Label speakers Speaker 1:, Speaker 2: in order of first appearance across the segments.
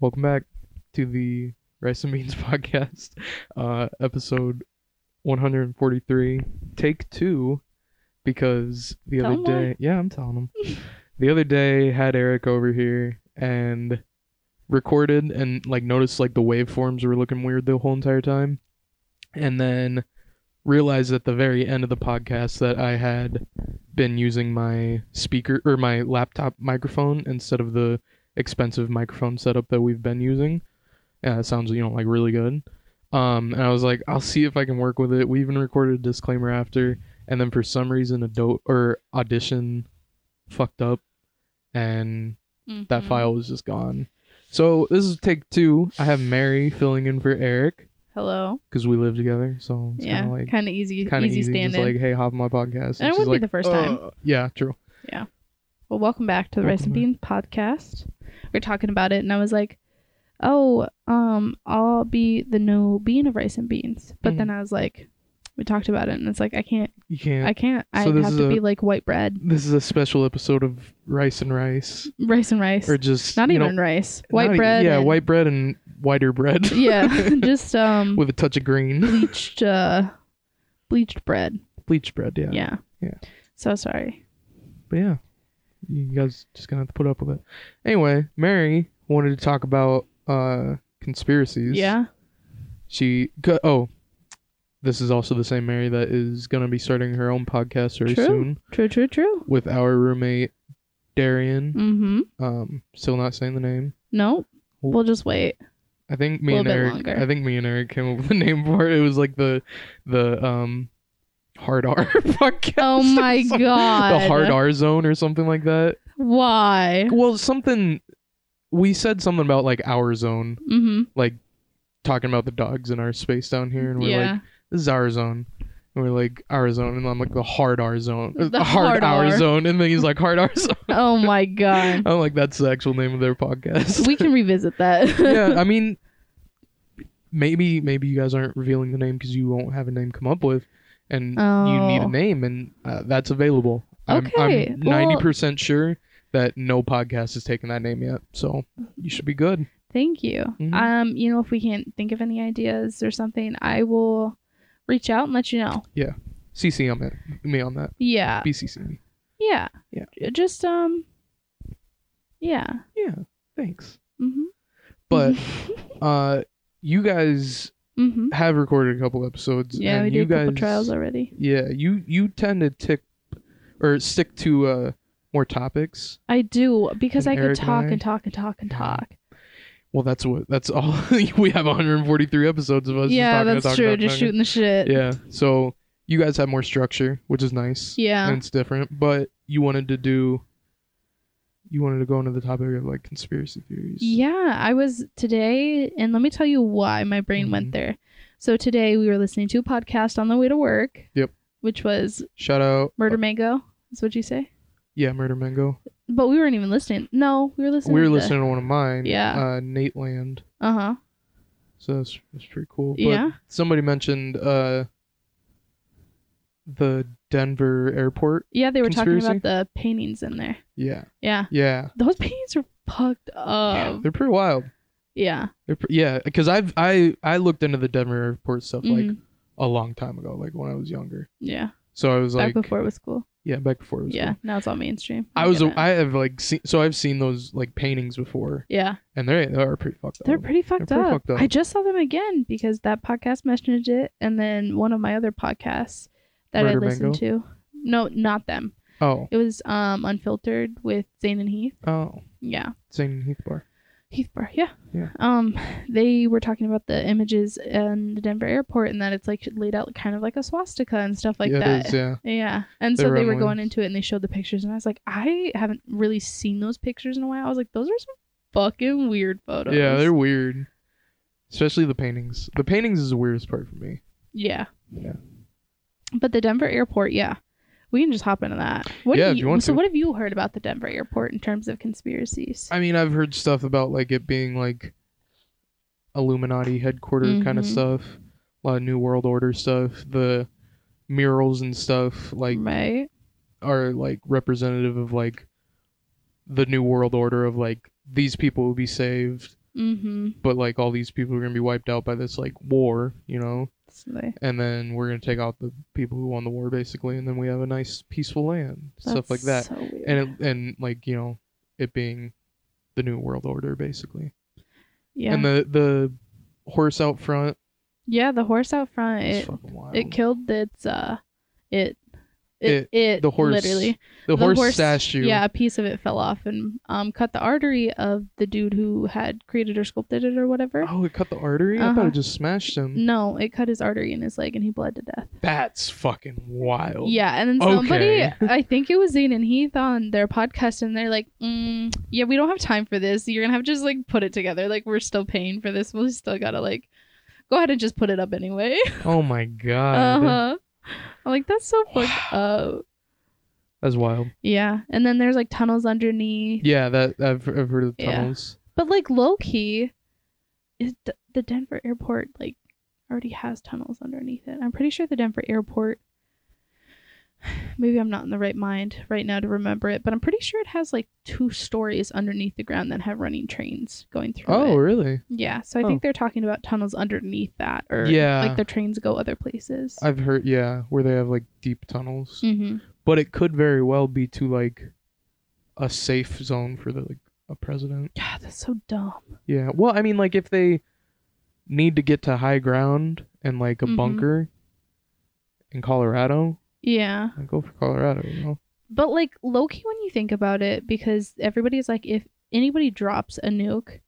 Speaker 1: Welcome back to the Rice and Beans podcast, uh, episode 143, take two, because the
Speaker 2: Tell
Speaker 1: other
Speaker 2: 'em
Speaker 1: day,
Speaker 2: why.
Speaker 1: yeah, I'm telling them. the other day, had Eric over here and recorded and like noticed like the waveforms were looking weird the whole entire time, and then realized at the very end of the podcast that I had been using my speaker or my laptop microphone instead of the expensive microphone setup that we've been using. Uh, it sounds you know like really good. Um, and I was like, I'll see if I can work with it. We even recorded a disclaimer after, and then for some reason, Adobe or Audition fucked up, and that
Speaker 2: Mhm.
Speaker 1: file was just gone. So this is take two. I have Mary filling in for Eric
Speaker 2: Hello.
Speaker 1: because we live together. So it's
Speaker 2: yeah.
Speaker 1: kind of like
Speaker 2: kind of easy.
Speaker 1: kind of
Speaker 2: easy,
Speaker 1: easy,
Speaker 2: stand
Speaker 1: just
Speaker 2: in.
Speaker 1: like, hey, hop on my podcast.
Speaker 2: And it
Speaker 1: she's
Speaker 2: wouldn't be
Speaker 1: like,
Speaker 2: the first time.
Speaker 1: "Uh," Yeah, true.
Speaker 2: well, welcome back to the Rice and Beans
Speaker 1: Welcome
Speaker 2: podcast. We are talking about it, and I was like, oh, um, I'll be the no bean of Rice and Beans. But
Speaker 1: Mm-hmm.
Speaker 2: then I was like, we talked about it, and it's like I can't.
Speaker 1: You can't.
Speaker 2: I can't.
Speaker 1: So
Speaker 2: I
Speaker 1: this
Speaker 2: have
Speaker 1: is
Speaker 2: to
Speaker 1: a-
Speaker 2: be like white bread,
Speaker 1: This is a special episode of Rice and Rice,
Speaker 2: rice and rice.
Speaker 1: or just
Speaker 2: Not
Speaker 1: you know,
Speaker 2: even rice.
Speaker 1: not
Speaker 2: White
Speaker 1: e-
Speaker 2: bread.
Speaker 1: yeah,
Speaker 2: and-
Speaker 1: white bread and whiter bread.
Speaker 2: yeah. Just um
Speaker 1: with a touch of green.
Speaker 2: bleached uh bleached bread.
Speaker 1: Bleach bread, yeah.
Speaker 2: Yeah. yeah.
Speaker 1: Yeah.
Speaker 2: So sorry.
Speaker 1: But yeah, you guys just gonna have to put up with it. Anyway, Mary wanted to talk about uh conspiracies.
Speaker 2: Yeah.
Speaker 1: She go- oh, this is also the same Mary that is gonna be starting her own podcast very
Speaker 2: True.
Speaker 1: soon
Speaker 2: True. True. True.
Speaker 1: with our roommate Darian.
Speaker 2: Mm-hmm.
Speaker 1: Um, still not saying the name.
Speaker 2: Nope.
Speaker 1: Well-
Speaker 2: We'll just wait.
Speaker 1: I think me
Speaker 2: Little
Speaker 1: and
Speaker 2: bit
Speaker 1: Eric.
Speaker 2: longer.
Speaker 1: I think me and Eric came up with a name for it. It was like the the um hard R podcast.
Speaker 2: Oh my
Speaker 1: Some-
Speaker 2: god.
Speaker 1: The hard R zone or something like that.
Speaker 2: Why?
Speaker 1: Well, something we said something about like our zone,
Speaker 2: Mm-hmm.
Speaker 1: talking about the dogs in our space down here, and we're
Speaker 2: Yeah.
Speaker 1: like, "This is our zone," and we're like, "Our zone," and I'm like, "The hard our zone, uh,
Speaker 2: The
Speaker 1: the hard,
Speaker 2: hard
Speaker 1: our
Speaker 2: R.
Speaker 1: zone," and then he's like, "Hard our zone."
Speaker 2: oh my god.
Speaker 1: I'm like, "That's the actual name of their podcast."
Speaker 2: we can revisit that.
Speaker 1: yeah, I mean, maybe maybe you guys aren't revealing the name because you won't have a name come up with, and you need
Speaker 2: Oh.
Speaker 1: a name, and uh, that's available.
Speaker 2: Okay,
Speaker 1: I'm
Speaker 2: well-
Speaker 1: ninety percent sure that no podcast has taken that name yet, so you should be good.
Speaker 2: Thank you.
Speaker 1: Mhm.
Speaker 2: Um, you know, if we can't think of any ideas or something, I will reach out and let you know.
Speaker 1: CC on it, me on that.
Speaker 2: Yeah.
Speaker 1: BCC me.
Speaker 2: Yeah.
Speaker 1: Yeah.
Speaker 2: J- Just um. Yeah.
Speaker 1: Yeah, thanks.
Speaker 2: Mm-hmm.
Speaker 1: But uh, you guys
Speaker 2: mm-hmm.
Speaker 1: have recorded a couple episodes.
Speaker 2: Yeah,
Speaker 1: and
Speaker 2: we
Speaker 1: you
Speaker 2: did a couple
Speaker 1: guys-
Speaker 2: trials already.
Speaker 1: Yeah, you you tend to tick or stick to uh more topics.
Speaker 2: I do because
Speaker 1: And
Speaker 2: I could
Speaker 1: Eric and
Speaker 2: talk
Speaker 1: I-
Speaker 2: and, talk and talk and
Speaker 1: Yeah.
Speaker 2: talk.
Speaker 1: Well, that's what that's all. we have 143 episodes of us.
Speaker 2: yeah,
Speaker 1: just talking,
Speaker 2: that's
Speaker 1: talking,
Speaker 2: true.
Speaker 1: talking,
Speaker 2: Just
Speaker 1: talking.
Speaker 2: shooting the shit.
Speaker 1: Yeah, so you guys have more structure, which is nice.
Speaker 2: Yeah.
Speaker 1: and it's different. But you wanted to do. You wanted to go into the topic of like conspiracy theories.
Speaker 2: Yeah, I was today, and let me tell you why my brain
Speaker 1: Mhm.
Speaker 2: went there. So today we were listening to a podcast on the way to work.
Speaker 1: Yep.
Speaker 2: Which was
Speaker 1: Shout out. uh,
Speaker 2: Murder Mango. Is what you say?
Speaker 1: Yeah, Murder Mango.
Speaker 2: But we weren't even listening. No, we were listening.
Speaker 1: we were
Speaker 2: to-
Speaker 1: listening to one of mine.
Speaker 2: Yeah.
Speaker 1: Uh, Nate Land.
Speaker 2: Uh-huh.
Speaker 1: So that's, that's pretty cool. But
Speaker 2: Yeah.
Speaker 1: Somebody mentioned uh, the Denver airport.
Speaker 2: Yeah, they were
Speaker 1: Conspiracy?
Speaker 2: talking about the paintings in there.
Speaker 1: Yeah.
Speaker 2: Yeah,
Speaker 1: Yeah.
Speaker 2: those paintings are fucked
Speaker 1: yeah.
Speaker 2: up.
Speaker 1: They're pretty wild.
Speaker 2: Yeah.
Speaker 1: They're pre- yeah, because I've I I looked into the Denver airport stuff like
Speaker 2: Mhm.
Speaker 1: a long time ago, like when I was younger.
Speaker 2: Yeah.
Speaker 1: So I was
Speaker 2: Back
Speaker 1: like,
Speaker 2: before it was cool.
Speaker 1: yeah, back before. It was
Speaker 2: Yeah.
Speaker 1: cool.
Speaker 2: Now it's all mainstream.
Speaker 1: I was
Speaker 2: get it.
Speaker 1: I have like seen so I've seen those like paintings before,
Speaker 2: Yeah.
Speaker 1: and they they are pretty fucked
Speaker 2: They're
Speaker 1: up.
Speaker 2: pretty fucked,
Speaker 1: pretty
Speaker 2: up.
Speaker 1: fucked up.
Speaker 2: I just saw them again because that podcast mentioned it, and then one of my other podcasts that
Speaker 1: Murder
Speaker 2: I listened to. No, not them.
Speaker 1: oh
Speaker 2: It was um unfiltered with Zane and Heath.
Speaker 1: oh,
Speaker 2: Yeah,
Speaker 1: Zane Heath Bar.
Speaker 2: Heath Bar. Yeah.
Speaker 1: Yeah.
Speaker 2: Um, they were talking about the images in the Denver airport and that it's like laid out kind of like a swastika and stuff like
Speaker 1: yeah,
Speaker 2: that.
Speaker 1: It is, yeah.
Speaker 2: Yeah. And
Speaker 1: They
Speaker 2: so
Speaker 1: were
Speaker 2: they were
Speaker 1: on
Speaker 2: going
Speaker 1: Williams.
Speaker 2: into it and they showed the pictures and I was like, I haven't really seen those pictures in a while. I was like, those are some fucking weird photos.
Speaker 1: Yeah, they're weird. Especially the paintings. The paintings is the weirdest part for me.
Speaker 2: Yeah.
Speaker 1: Yeah.
Speaker 2: But the Denver airport, yeah. We can just hop into that. What
Speaker 1: Yeah,
Speaker 2: have
Speaker 1: if you want
Speaker 2: so
Speaker 1: to.
Speaker 2: what have you heard about the Denver airport in terms of conspiracies?
Speaker 1: I mean, I've heard stuff about like it being like Illuminati headquarter kind of
Speaker 2: Mhm.
Speaker 1: stuff, a lot of New World Order stuff. The murals and stuff like
Speaker 2: right?
Speaker 1: are like representative of like the New World Order of like these people will be saved
Speaker 2: Mm-hmm.
Speaker 1: but like all these people are gonna be wiped out by this like war, you know,
Speaker 2: So they,
Speaker 1: and then we're gonna take out the people who won the war basically, and then we have a nice peaceful land, stuff like that,
Speaker 2: that's So weird.
Speaker 1: and it, and like you know, it being the new world order basically,
Speaker 2: yeah.
Speaker 1: and the the horse out front
Speaker 2: yeah, the horse out front,
Speaker 1: is
Speaker 2: it
Speaker 1: fucking wild.
Speaker 2: it killed its uh
Speaker 1: It-
Speaker 2: it it, it,
Speaker 1: the horse
Speaker 2: literally
Speaker 1: the,
Speaker 2: the
Speaker 1: horse,
Speaker 2: horse-
Speaker 1: statue,
Speaker 2: yeah a piece of it fell off and um cut the artery of the dude who had created or sculpted it or whatever
Speaker 1: Oh, it cut the artery. I thought
Speaker 2: Uh-huh.
Speaker 1: it just smashed him.
Speaker 2: no it cut his artery in his leg and he bled to death
Speaker 1: That's fucking wild.
Speaker 2: yeah and then somebody
Speaker 1: Okay.
Speaker 2: i think it was zane and heath on their podcast and they're like mm, yeah we don't have time for this you're gonna have to just like put it together like we're still paying for this we still gotta like go ahead and just put it up anyway
Speaker 1: Oh my god.
Speaker 2: uh-huh i'm like that's so fucked up
Speaker 1: That's wild.
Speaker 2: Yeah, and then there's like tunnels underneath.
Speaker 1: Yeah, that I've, I've heard of the
Speaker 2: Yeah.
Speaker 1: tunnels.
Speaker 2: But like low key, is d- the Denver airport like already has tunnels underneath it? I'm pretty sure the Denver airport. Maybe I'm not in the right mind right now to remember it, but I'm pretty sure it has like two stories underneath the ground that have running trains going through.
Speaker 1: Oh,
Speaker 2: it.
Speaker 1: really?
Speaker 2: yeah. So I
Speaker 1: Oh.
Speaker 2: think they're talking about tunnels underneath that, or
Speaker 1: Yeah.
Speaker 2: like the trains go other places.
Speaker 1: I've heard, yeah, where they have like deep tunnels.
Speaker 2: hmm
Speaker 1: But it could very well be to like a safe zone for the like a president.
Speaker 2: God, that's so dumb.
Speaker 1: Yeah. Well, I mean, like if they need to get to high ground and like a
Speaker 2: Mhm.
Speaker 1: bunker in Colorado,
Speaker 2: Yeah.
Speaker 1: then go for Colorado. You know?
Speaker 2: But like low key when you think about it, because everybody's like, if anybody drops a nuke,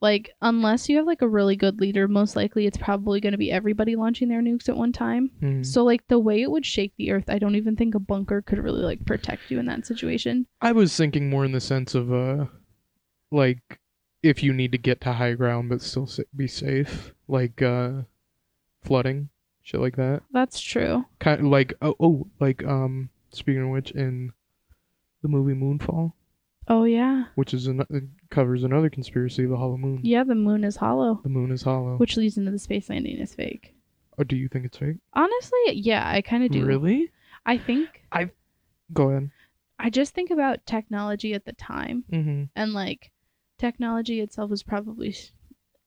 Speaker 2: like unless you have like a really good leader, most likely it's probably going to be everybody launching their nukes at one time.
Speaker 1: Hmm.
Speaker 2: So like the way it would shake the earth, I don't even think a bunker could really like protect you in that situation.
Speaker 1: I was thinking more in the sense of uh, like if you need to get to high ground but still sa- be safe, like uh, flooding, shit like that.
Speaker 2: That's true.
Speaker 1: kind of like oh, oh like um speaking of which in the movie Moonfall,
Speaker 2: Oh yeah,
Speaker 1: which is an- it covers another conspiracy, the hollow moon.
Speaker 2: yeah. The moon is hollow,
Speaker 1: The moon is hollow.
Speaker 2: which leads into the space landing is fake.
Speaker 1: oh, do you think it's fake?
Speaker 2: Honestly, yeah, I kind of do.
Speaker 1: Really?
Speaker 2: I think
Speaker 1: Go ahead.
Speaker 2: I just think about technology at the time.
Speaker 1: Mm-hmm.
Speaker 2: and like technology itself is probably s-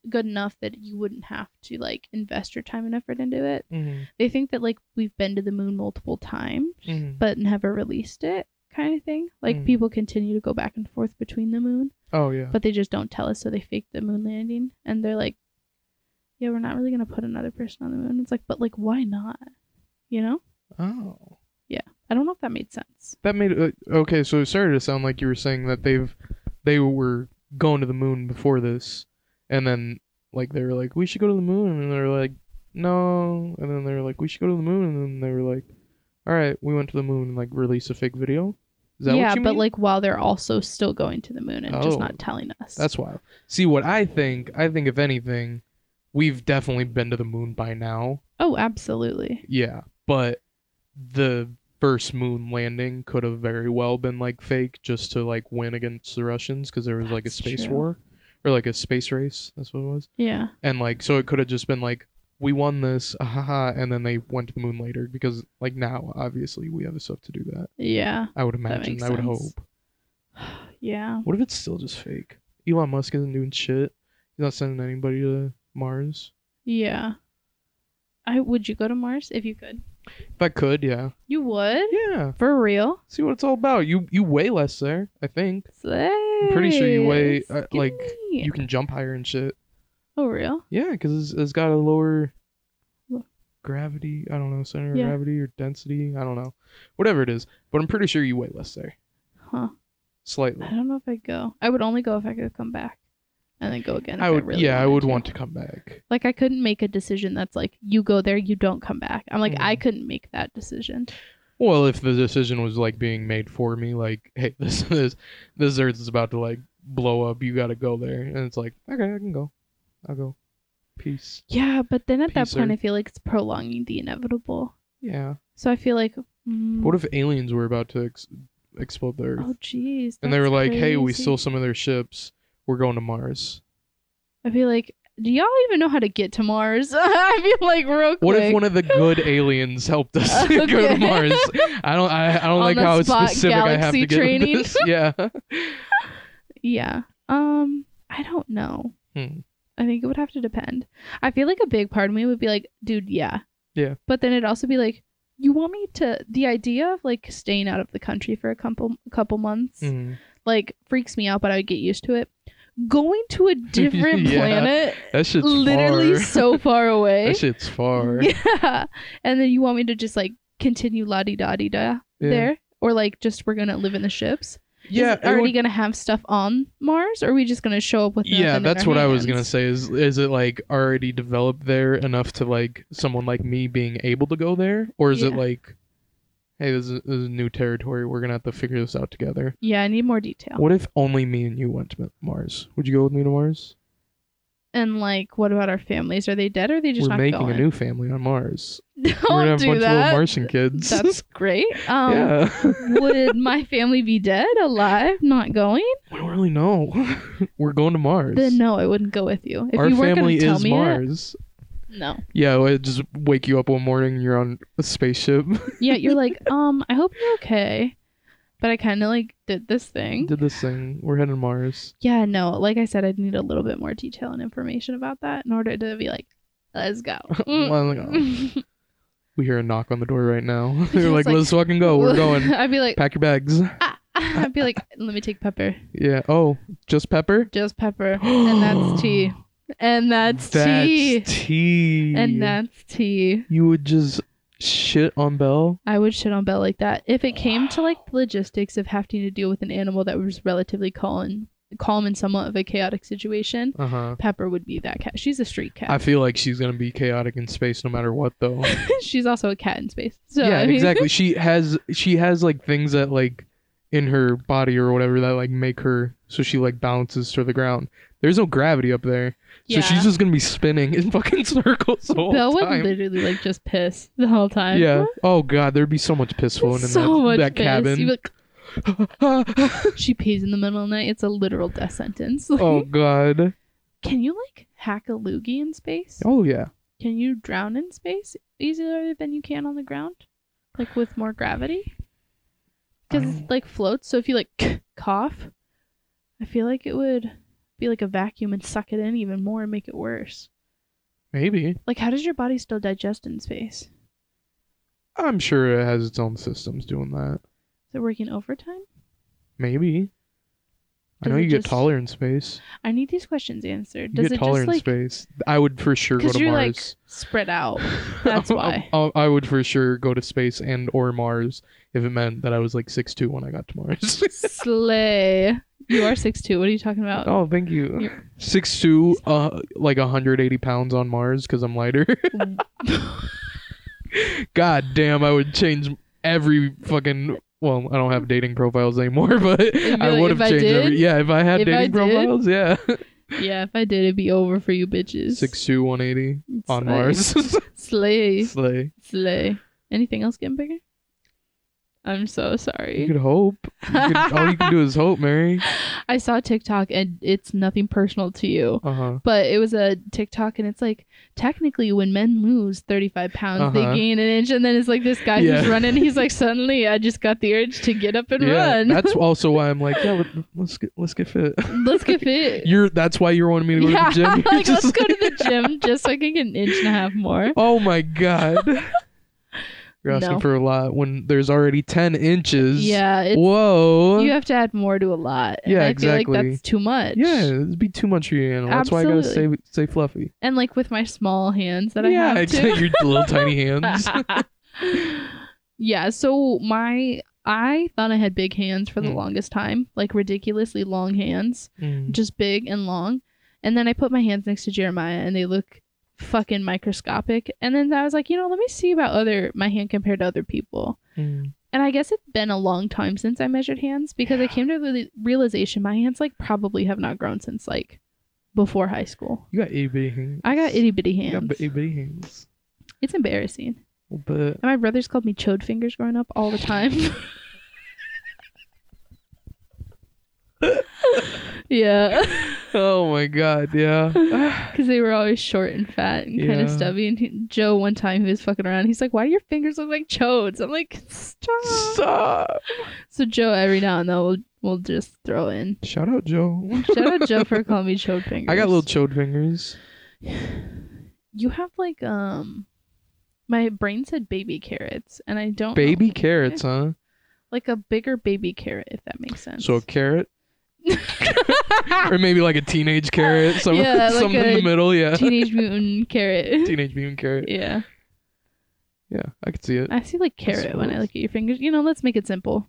Speaker 2: good enough that you wouldn't have to like invest your time and effort into it.
Speaker 1: Mm-hmm.
Speaker 2: They think that like we've been to the moon multiple times
Speaker 1: mm-hmm.
Speaker 2: but never released it kind of thing. Like
Speaker 1: Mm.
Speaker 2: people continue to go back and forth between the moon,
Speaker 1: Oh yeah.
Speaker 2: but they just don't tell us so they fake the moon landing and they're like yeah, we're not really going to put another person on the moon. It's like but like why not? You know?
Speaker 1: Oh,
Speaker 2: I don't know if that made sense.
Speaker 1: that made it, uh, okay. So it started to sound like you were saying that they've they were going to the moon before this, and then like they were like we should go to the moon, and they were like no, and then they were like we should go to the moon, and then they were like all right, we went to the moon and like release a fake video. Is that
Speaker 2: yeah,
Speaker 1: what you
Speaker 2: but
Speaker 1: mean?
Speaker 2: like while they're also still going to the moon and
Speaker 1: Oh.
Speaker 2: just not telling us.
Speaker 1: That's wild. See what I think. I think if anything, we've definitely been to the moon by now.
Speaker 2: oh, absolutely.
Speaker 1: Yeah, but the first moon landing could have very well been like fake, just to like win against the Russians because there was like a
Speaker 2: That's
Speaker 1: space
Speaker 2: true.
Speaker 1: war or like a space race. That's what it was.
Speaker 2: Yeah.
Speaker 1: And like, so it could have just been like, we won this, ah, ha ha, and then they went to the moon later because like now, obviously, we have stuff to do that.
Speaker 2: Yeah.
Speaker 1: I would imagine.
Speaker 2: makes
Speaker 1: I would
Speaker 2: sense.
Speaker 1: hope.
Speaker 2: Yeah.
Speaker 1: What if it's still just fake? Elon Musk isn't doing shit. He's not sending anybody to Mars.
Speaker 2: Yeah. I would you go to Mars if you could?
Speaker 1: If I could, yeah.
Speaker 2: You would?
Speaker 1: Yeah.
Speaker 2: For real?
Speaker 1: See what it's all about. You you weigh less there, I think.
Speaker 2: I'm
Speaker 1: pretty sure you weigh, uh, like, You can jump higher and shit.
Speaker 2: Oh real?
Speaker 1: Yeah, because it's, it's got a lower
Speaker 2: Lo-
Speaker 1: gravity. I don't know, center of
Speaker 2: Yeah.
Speaker 1: gravity or density. I don't know, whatever it is. But I'm pretty sure you weigh less there,
Speaker 2: Huh.
Speaker 1: slightly.
Speaker 2: I don't know if I'd go. I would only go if I could come back. And then go again. if
Speaker 1: I would.
Speaker 2: really
Speaker 1: yeah, I
Speaker 2: wanted
Speaker 1: would
Speaker 2: to.
Speaker 1: want to come back.
Speaker 2: Like I couldn't make a decision that's like you go there, you don't come back. I'm like I
Speaker 1: Mhm.
Speaker 2: couldn't make that decision.
Speaker 1: Well, if the decision was like being made for me, like, hey, this this this Earth is about to like blow up. You got to go there, and it's like, okay, I can go. I'll go. Peace.
Speaker 2: Yeah, but then at that
Speaker 1: Peace,
Speaker 2: point
Speaker 1: Earth.
Speaker 2: I feel like it's prolonging the inevitable.
Speaker 1: Yeah.
Speaker 2: So I feel like mm,
Speaker 1: What if aliens were about to ex- explode the Earth?
Speaker 2: Oh jeez.
Speaker 1: and they were
Speaker 2: that's
Speaker 1: like, "Hey, we
Speaker 2: crazy.
Speaker 1: stole some of their ships. We're going to Mars."
Speaker 2: I feel like, do y'all even know how to get to Mars? I feel like real quick.
Speaker 1: What if one of the good aliens helped us go to
Speaker 2: Okay.
Speaker 1: Mars? I don't. I, I don't
Speaker 2: On
Speaker 1: like
Speaker 2: the
Speaker 1: how
Speaker 2: spot
Speaker 1: specific I have to
Speaker 2: galaxy
Speaker 1: get with
Speaker 2: training.
Speaker 1: this. Yeah.
Speaker 2: Yeah. Um, I don't know.
Speaker 1: Hmm.
Speaker 2: I think it would have to depend. I feel like a big part of me would be like, dude, yeah.
Speaker 1: Yeah.
Speaker 2: But then it'd also be like, you want me to the idea of like staying out of the country for a couple couple months
Speaker 1: Mhm.
Speaker 2: like freaks me out, but I would get used to it. Going to a different
Speaker 1: Yeah.
Speaker 2: planet,
Speaker 1: That shit's
Speaker 2: literally
Speaker 1: far.
Speaker 2: so far away.
Speaker 1: that shit's far.
Speaker 2: Yeah. And then you want me to just like continue la di da di da
Speaker 1: Yeah.
Speaker 2: there? Or like just we're gonna live in the ships?
Speaker 1: Yeah,
Speaker 2: Is it
Speaker 1: it
Speaker 2: already
Speaker 1: would-
Speaker 2: gonna have stuff on Mars? Or are we just gonna show up with nothing
Speaker 1: yeah.
Speaker 2: in
Speaker 1: That's
Speaker 2: our
Speaker 1: what I was
Speaker 2: hands?
Speaker 1: gonna say. Is is it like already developed there enough to like someone like me being able to go there, or is it
Speaker 2: Yeah.
Speaker 1: like, hey, this is, this is new territory. We're gonna have to figure this out together.
Speaker 2: Yeah, I need more detail.
Speaker 1: What if only me and you went to Mars? Would you go with me to Mars?
Speaker 2: And like what about our families? Are they dead or are they just
Speaker 1: We're
Speaker 2: not
Speaker 1: making
Speaker 2: going?
Speaker 1: a new family on Mars. We're gonna
Speaker 2: Don't
Speaker 1: have a
Speaker 2: do
Speaker 1: bunch of little
Speaker 2: that.
Speaker 1: Martian kids.
Speaker 2: That's great. Um
Speaker 1: yeah.
Speaker 2: would my family be dead, alive, not going?
Speaker 1: we don't really know. We're going to Mars.
Speaker 2: Then no, I wouldn't go with you. If
Speaker 1: Our
Speaker 2: you weren't
Speaker 1: family
Speaker 2: gonna tell
Speaker 1: is
Speaker 2: me
Speaker 1: Mars.
Speaker 2: It, no.
Speaker 1: Yeah, well, it just wake you up one morning and you're on a spaceship.
Speaker 2: Yeah, you're like, um, I hope you're okay. But I kind of like did this thing.
Speaker 1: Did this thing. We're heading to Mars.
Speaker 2: yeah, no. Like I said, I'd need a little bit more detail and information about that in order to be like, let's go.
Speaker 1: Well, like, oh. We hear a knock on the door right now. They're
Speaker 2: It's
Speaker 1: like,
Speaker 2: like-
Speaker 1: let's fucking go. We're going.
Speaker 2: Mm. I'd be like,
Speaker 1: Pack your bags.
Speaker 2: ah, ah, I'd be like, let me take pepper,
Speaker 1: Yeah. Oh, just pepper?
Speaker 2: just pepper, and that's tea, and that's, tea,
Speaker 1: That's tea.
Speaker 2: and that's tea.
Speaker 1: You would just shit on Belle?
Speaker 2: I would shit on Belle like that. If it came to like the logistics of having to deal with an animal that was relatively calm, calm and somewhat of a chaotic situation,
Speaker 1: Uh huh.
Speaker 2: Pepper would be that cat. She's a street
Speaker 1: I
Speaker 2: cat.
Speaker 1: feel like she's gonna be chaotic in space no matter what, though.
Speaker 2: She's also a cat in space. So
Speaker 1: yeah,
Speaker 2: I mean,
Speaker 1: exactly. She has she has like things that like in her body or whatever that like make her so she like bounces to the ground. There's no gravity up there,
Speaker 2: Yeah.
Speaker 1: so she's just gonna be spinning in fucking circles the whole
Speaker 2: Belle would
Speaker 1: time.
Speaker 2: literally like just piss the whole time.
Speaker 1: yeah. Oh god, there'd be so much piss flowing in
Speaker 2: so
Speaker 1: that,
Speaker 2: much
Speaker 1: that
Speaker 2: piss.
Speaker 1: cabin.
Speaker 2: You look- she pees in the middle of the night. It's a literal death sentence. Like,
Speaker 1: oh god.
Speaker 2: Can you like hack a loogie in space?
Speaker 1: Oh yeah.
Speaker 2: Can you drown in space easier than you can on the ground? Like with more gravity? Because
Speaker 1: I-
Speaker 2: it like floats. So if you like cough, I feel like it would be like a vacuum and suck it in even more and make it worse.
Speaker 1: Maybe.
Speaker 2: Like, how does your body still digest in space?
Speaker 1: I'm sure it has its own systems doing that.
Speaker 2: Is it working overtime?
Speaker 1: Maybe. I
Speaker 2: Does
Speaker 1: know
Speaker 2: it
Speaker 1: you get
Speaker 2: just-
Speaker 1: taller in space.
Speaker 2: I need these questions answered.
Speaker 1: You
Speaker 2: Does
Speaker 1: get
Speaker 2: it
Speaker 1: taller
Speaker 2: just
Speaker 1: in
Speaker 2: like
Speaker 1: space. I would for sure go
Speaker 2: because
Speaker 1: to
Speaker 2: you're
Speaker 1: Mars.
Speaker 2: like spread out? That's
Speaker 1: I-
Speaker 2: why.
Speaker 1: I, I would for sure go to space and or Mars if it meant that I was like six two when I got to Mars.
Speaker 2: Oh, Slay. You are six two. What are you talking about?
Speaker 1: oh, thank you. Six two, uh, like 180 pounds on Mars because I'm lighter. God damn, I would change every fucking. Well, I don't have dating profiles anymore, but
Speaker 2: be
Speaker 1: I
Speaker 2: like,
Speaker 1: would have
Speaker 2: "If I
Speaker 1: changed every.
Speaker 2: did?
Speaker 1: Yeah, if I had
Speaker 2: If I
Speaker 1: dating
Speaker 2: did?"
Speaker 1: profiles, yeah,
Speaker 2: yeah, if I did, it'd be over for you bitches.
Speaker 1: six two, 180 on
Speaker 2: Slay.
Speaker 1: Mars.
Speaker 2: Slay.
Speaker 1: Slay.
Speaker 2: Slay. Anything else getting bigger? I'm so
Speaker 1: You
Speaker 2: sorry.
Speaker 1: could hope. You could, all you can do is hope, Mary.
Speaker 2: I saw TikTok and it's nothing personal to you.
Speaker 1: Uh huh.
Speaker 2: But it was a TikTok and it's like technically when men lose 35 pounds,
Speaker 1: Uh-huh.
Speaker 2: they gain an inch. And then it's like this guy
Speaker 1: Yeah.
Speaker 2: who's running. He's like, suddenly I just got the urge to get up and run.
Speaker 1: That's also why I'm like, yeah, let, let's get let's get fit.
Speaker 2: Let's get fit.
Speaker 1: You're that's why you're wanting me to go
Speaker 2: yeah,
Speaker 1: to the gym. You're
Speaker 2: like,
Speaker 1: just
Speaker 2: let's go
Speaker 1: like,
Speaker 2: to the gym just so I can get an inch and a half more.
Speaker 1: oh my god. You're asking
Speaker 2: No.
Speaker 1: for a lot when there's already ten inches.
Speaker 2: Yeah, it's,
Speaker 1: Whoa.
Speaker 2: you have to add more to a lot. and
Speaker 1: Yeah,
Speaker 2: I feel
Speaker 1: exactly.
Speaker 2: like that's too much.
Speaker 1: yeah, it'd be too much for your animal. That's why I gotta stay
Speaker 2: Absolutely.
Speaker 1: stay fluffy.
Speaker 2: And like with my small hands that
Speaker 1: yeah,
Speaker 2: I have
Speaker 1: exactly.
Speaker 2: too.
Speaker 1: your little tiny hands.
Speaker 2: yeah, so my I thought I had big hands for the
Speaker 1: Mm.
Speaker 2: longest time, like ridiculously long hands,
Speaker 1: Mm.
Speaker 2: just big and long. And then I put my hands next to Jeremiah and they look fucking microscopic. And then I was like, you know, let me see about other my hand compared to other people.
Speaker 1: Mm.
Speaker 2: And I guess it's been a long time since I measured hands because I came to the realization my hands like probably have not grown since like before high school.
Speaker 1: You got itty bitty hands.
Speaker 2: I got itty bitty
Speaker 1: You got
Speaker 2: hands.
Speaker 1: itty bitty hands.
Speaker 2: It's embarrassing.
Speaker 1: But
Speaker 2: And my brothers called me chode fingers growing up all the time. yeah,
Speaker 1: oh my god, yeah.
Speaker 2: because they were always short and fat and kind
Speaker 1: Yeah.
Speaker 2: of stubby. And he, Joe, one time he was fucking around. He's like, "Why do your fingers look like chodes?" I'm like, "Stop."
Speaker 1: Stop.
Speaker 2: So Joe, every now and then will We'll just throw in.
Speaker 1: Shout out Joe.
Speaker 2: Shout out Joe for calling me chode fingers.
Speaker 1: I got little chode fingers.
Speaker 2: You have like um, my brain said baby carrots, and I don't know.
Speaker 1: Baby carrots, huh?
Speaker 2: like a bigger baby carrot, if that makes sense.
Speaker 1: So a carrot, or maybe like a teenage carrot, some,
Speaker 2: Yeah, like
Speaker 1: something in
Speaker 2: a
Speaker 1: the middle. Yeah,
Speaker 2: teenage mutant carrot.
Speaker 1: teenage mutant carrot.
Speaker 2: yeah,
Speaker 1: Yeah, I could see it.
Speaker 2: I see like carrot when I
Speaker 1: suppose.
Speaker 2: look at your fingers. You know, let's make it simple.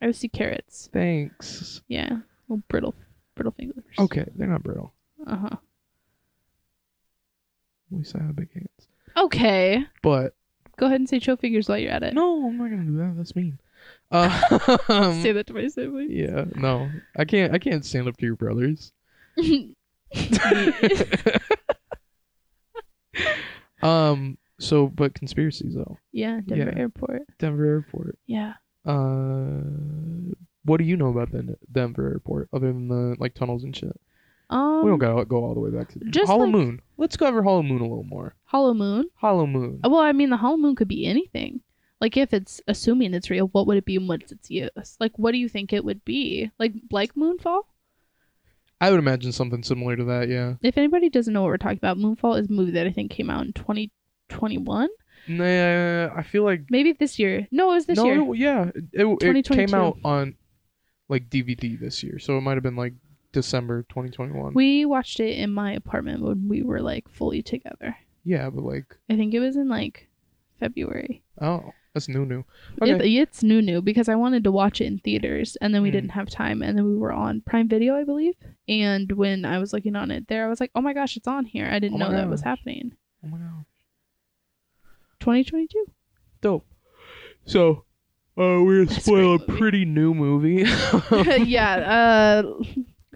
Speaker 2: I would see carrots.
Speaker 1: Thanks.
Speaker 2: Yeah, little brittle, brittle fingers.
Speaker 1: Okay, they're not brittle.
Speaker 2: Uh huh.
Speaker 1: At least I have big hands.
Speaker 2: Okay.
Speaker 1: But
Speaker 2: Go ahead and say chode fingers while you're at it.
Speaker 1: no, I'm not gonna do that. That's mean. Um,
Speaker 2: Say that to my siblings.
Speaker 1: yeah, no, I can't. I can't stand up to your brothers. um. So, but conspiracies though.
Speaker 2: yeah, Denver
Speaker 1: Yeah.
Speaker 2: Airport.
Speaker 1: Denver Airport.
Speaker 2: Yeah.
Speaker 1: Uh, what do you know about the Denver Airport other than the like tunnels and shit?
Speaker 2: Um,
Speaker 1: we don't gotta go all the way back to
Speaker 2: just
Speaker 1: Hollow
Speaker 2: like-
Speaker 1: Moon. Let's cover Hollow Moon a little more.
Speaker 2: Hollow Moon.
Speaker 1: Hollow Moon.
Speaker 2: Well, I mean, the Hollow Moon could be anything. Like, if it's assuming it's real, what would it be and what's its use? Like, what do you think it would be? Like, like Moonfall?
Speaker 1: I would imagine something similar to that. Yeah.
Speaker 2: If anybody doesn't know what we're talking about, Moonfall is a movie that I think came out in 2021.
Speaker 1: Nah, I feel like
Speaker 2: Maybe this year. No, it was this
Speaker 1: no.
Speaker 2: year.
Speaker 1: it- yeah, it, it
Speaker 2: 2022.
Speaker 1: came out on like DVD this year, so it might have been like December 2021.
Speaker 2: We watched it in my apartment when we were, like, fully together.
Speaker 1: yeah, but like,
Speaker 2: I think it was in, like, February.
Speaker 1: oh, that's new, new. Okay.
Speaker 2: It, it's new new because I wanted to watch it in theaters and then we
Speaker 1: Mm.
Speaker 2: didn't have time and then we were on Prime Video, I believe. And when I was looking on it there, I was like, "Oh my gosh, it's on here." I didn't
Speaker 1: Oh my
Speaker 2: know that was
Speaker 1: gosh.
Speaker 2: happening.
Speaker 1: Oh my God.
Speaker 2: 2022.
Speaker 1: dope. So, uh, we're gonna
Speaker 2: That's a
Speaker 1: spoil a
Speaker 2: great movie.
Speaker 1: pretty new movie.
Speaker 2: yeah, uh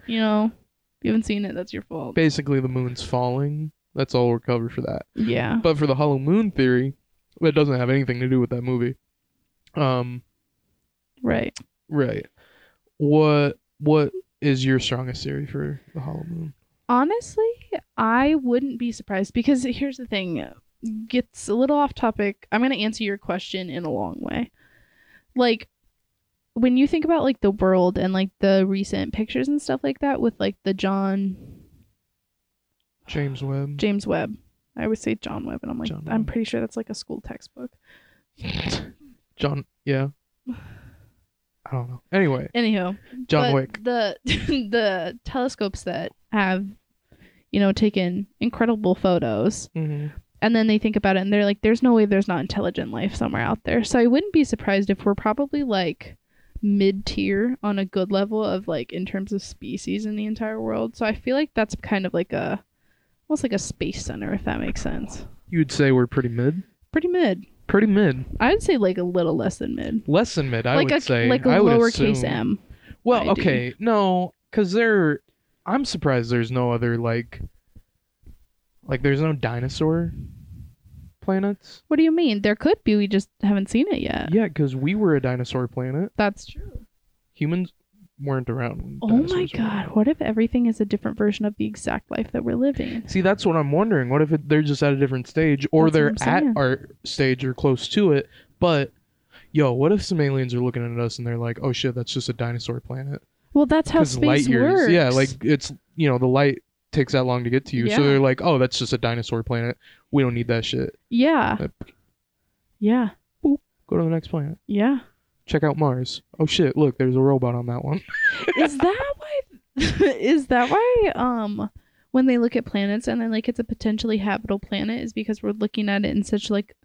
Speaker 2: you know, if you haven't seen it, that's your fault.
Speaker 1: Basically, the moon's falling. That's all we're covered for that.
Speaker 2: Yeah.
Speaker 1: But for the hollow moon theory, that doesn't have anything to do with that movie. Um,
Speaker 2: Right.
Speaker 1: right. What what is your strongest theory for the hollow moon?
Speaker 2: Honestly, I wouldn't be surprised because here's the thing gets a little off topic. I'm going to answer your question in a long way. Like when you think about like the world and like the recent pictures and stuff like that with like the John
Speaker 1: James Webb.
Speaker 2: James Webb. I always say John Webb and I'm like
Speaker 1: John
Speaker 2: I'm
Speaker 1: Webb.
Speaker 2: pretty sure that's like a school textbook.
Speaker 1: John. Yeah. I don't know. Anyway,
Speaker 2: Anywho,
Speaker 1: John
Speaker 2: but
Speaker 1: Wick.
Speaker 2: The the telescopes that have you know taken incredible photos
Speaker 1: hmm
Speaker 2: and then they think about it and they're like there's no way there's not intelligent life somewhere out there so i wouldn't be surprised if we're probably like mid-tier on a good level of like in terms of species in the entire world so i feel like that's kind of like a almost like a space center if that makes sense
Speaker 1: You'd say we're pretty mid.
Speaker 2: pretty mid
Speaker 1: Pretty mid.
Speaker 2: i would say like a little less than mid
Speaker 1: Less than mid. I
Speaker 2: like
Speaker 1: would
Speaker 2: a
Speaker 1: say.
Speaker 2: like a
Speaker 1: I would
Speaker 2: lowercase
Speaker 1: assume.
Speaker 2: m
Speaker 1: Well,
Speaker 2: ID.
Speaker 1: okay, no, because there, I'm surprised there's no other like, like there's no dinosaur planets.
Speaker 2: what do you mean there could be we just haven't seen it yet
Speaker 1: Yeah, because we were a dinosaur planet.
Speaker 2: that's true
Speaker 1: Humans weren't around. When
Speaker 2: oh my
Speaker 1: dinosaurs were
Speaker 2: god
Speaker 1: around.
Speaker 2: what if everything is a different version of the exact life that we're living
Speaker 1: See, that's what I'm wondering. What if it, they're just at a different stage, or
Speaker 2: That's
Speaker 1: they're
Speaker 2: what I'm
Speaker 1: at
Speaker 2: saying.
Speaker 1: our stage or close to it? But yo, what if some aliens are looking at us and they're like, "Oh shit, that's just a dinosaur planet."
Speaker 2: well that's how
Speaker 1: Because
Speaker 2: space
Speaker 1: light years,
Speaker 2: works
Speaker 1: yeah, like it's you know the light takes that long to get to you, so
Speaker 2: Yeah.
Speaker 1: they're like, oh, that's just a dinosaur planet. We don't need that shit.
Speaker 2: Yeah.
Speaker 1: Yep.
Speaker 2: Yeah.
Speaker 1: Go to the next planet.
Speaker 2: Yeah.
Speaker 1: Check out Mars. Oh shit! Look, there's a robot on that one.
Speaker 2: Is that why is that why um when they look at planets and then like it's a potentially habitable planet is because we're looking at it in such like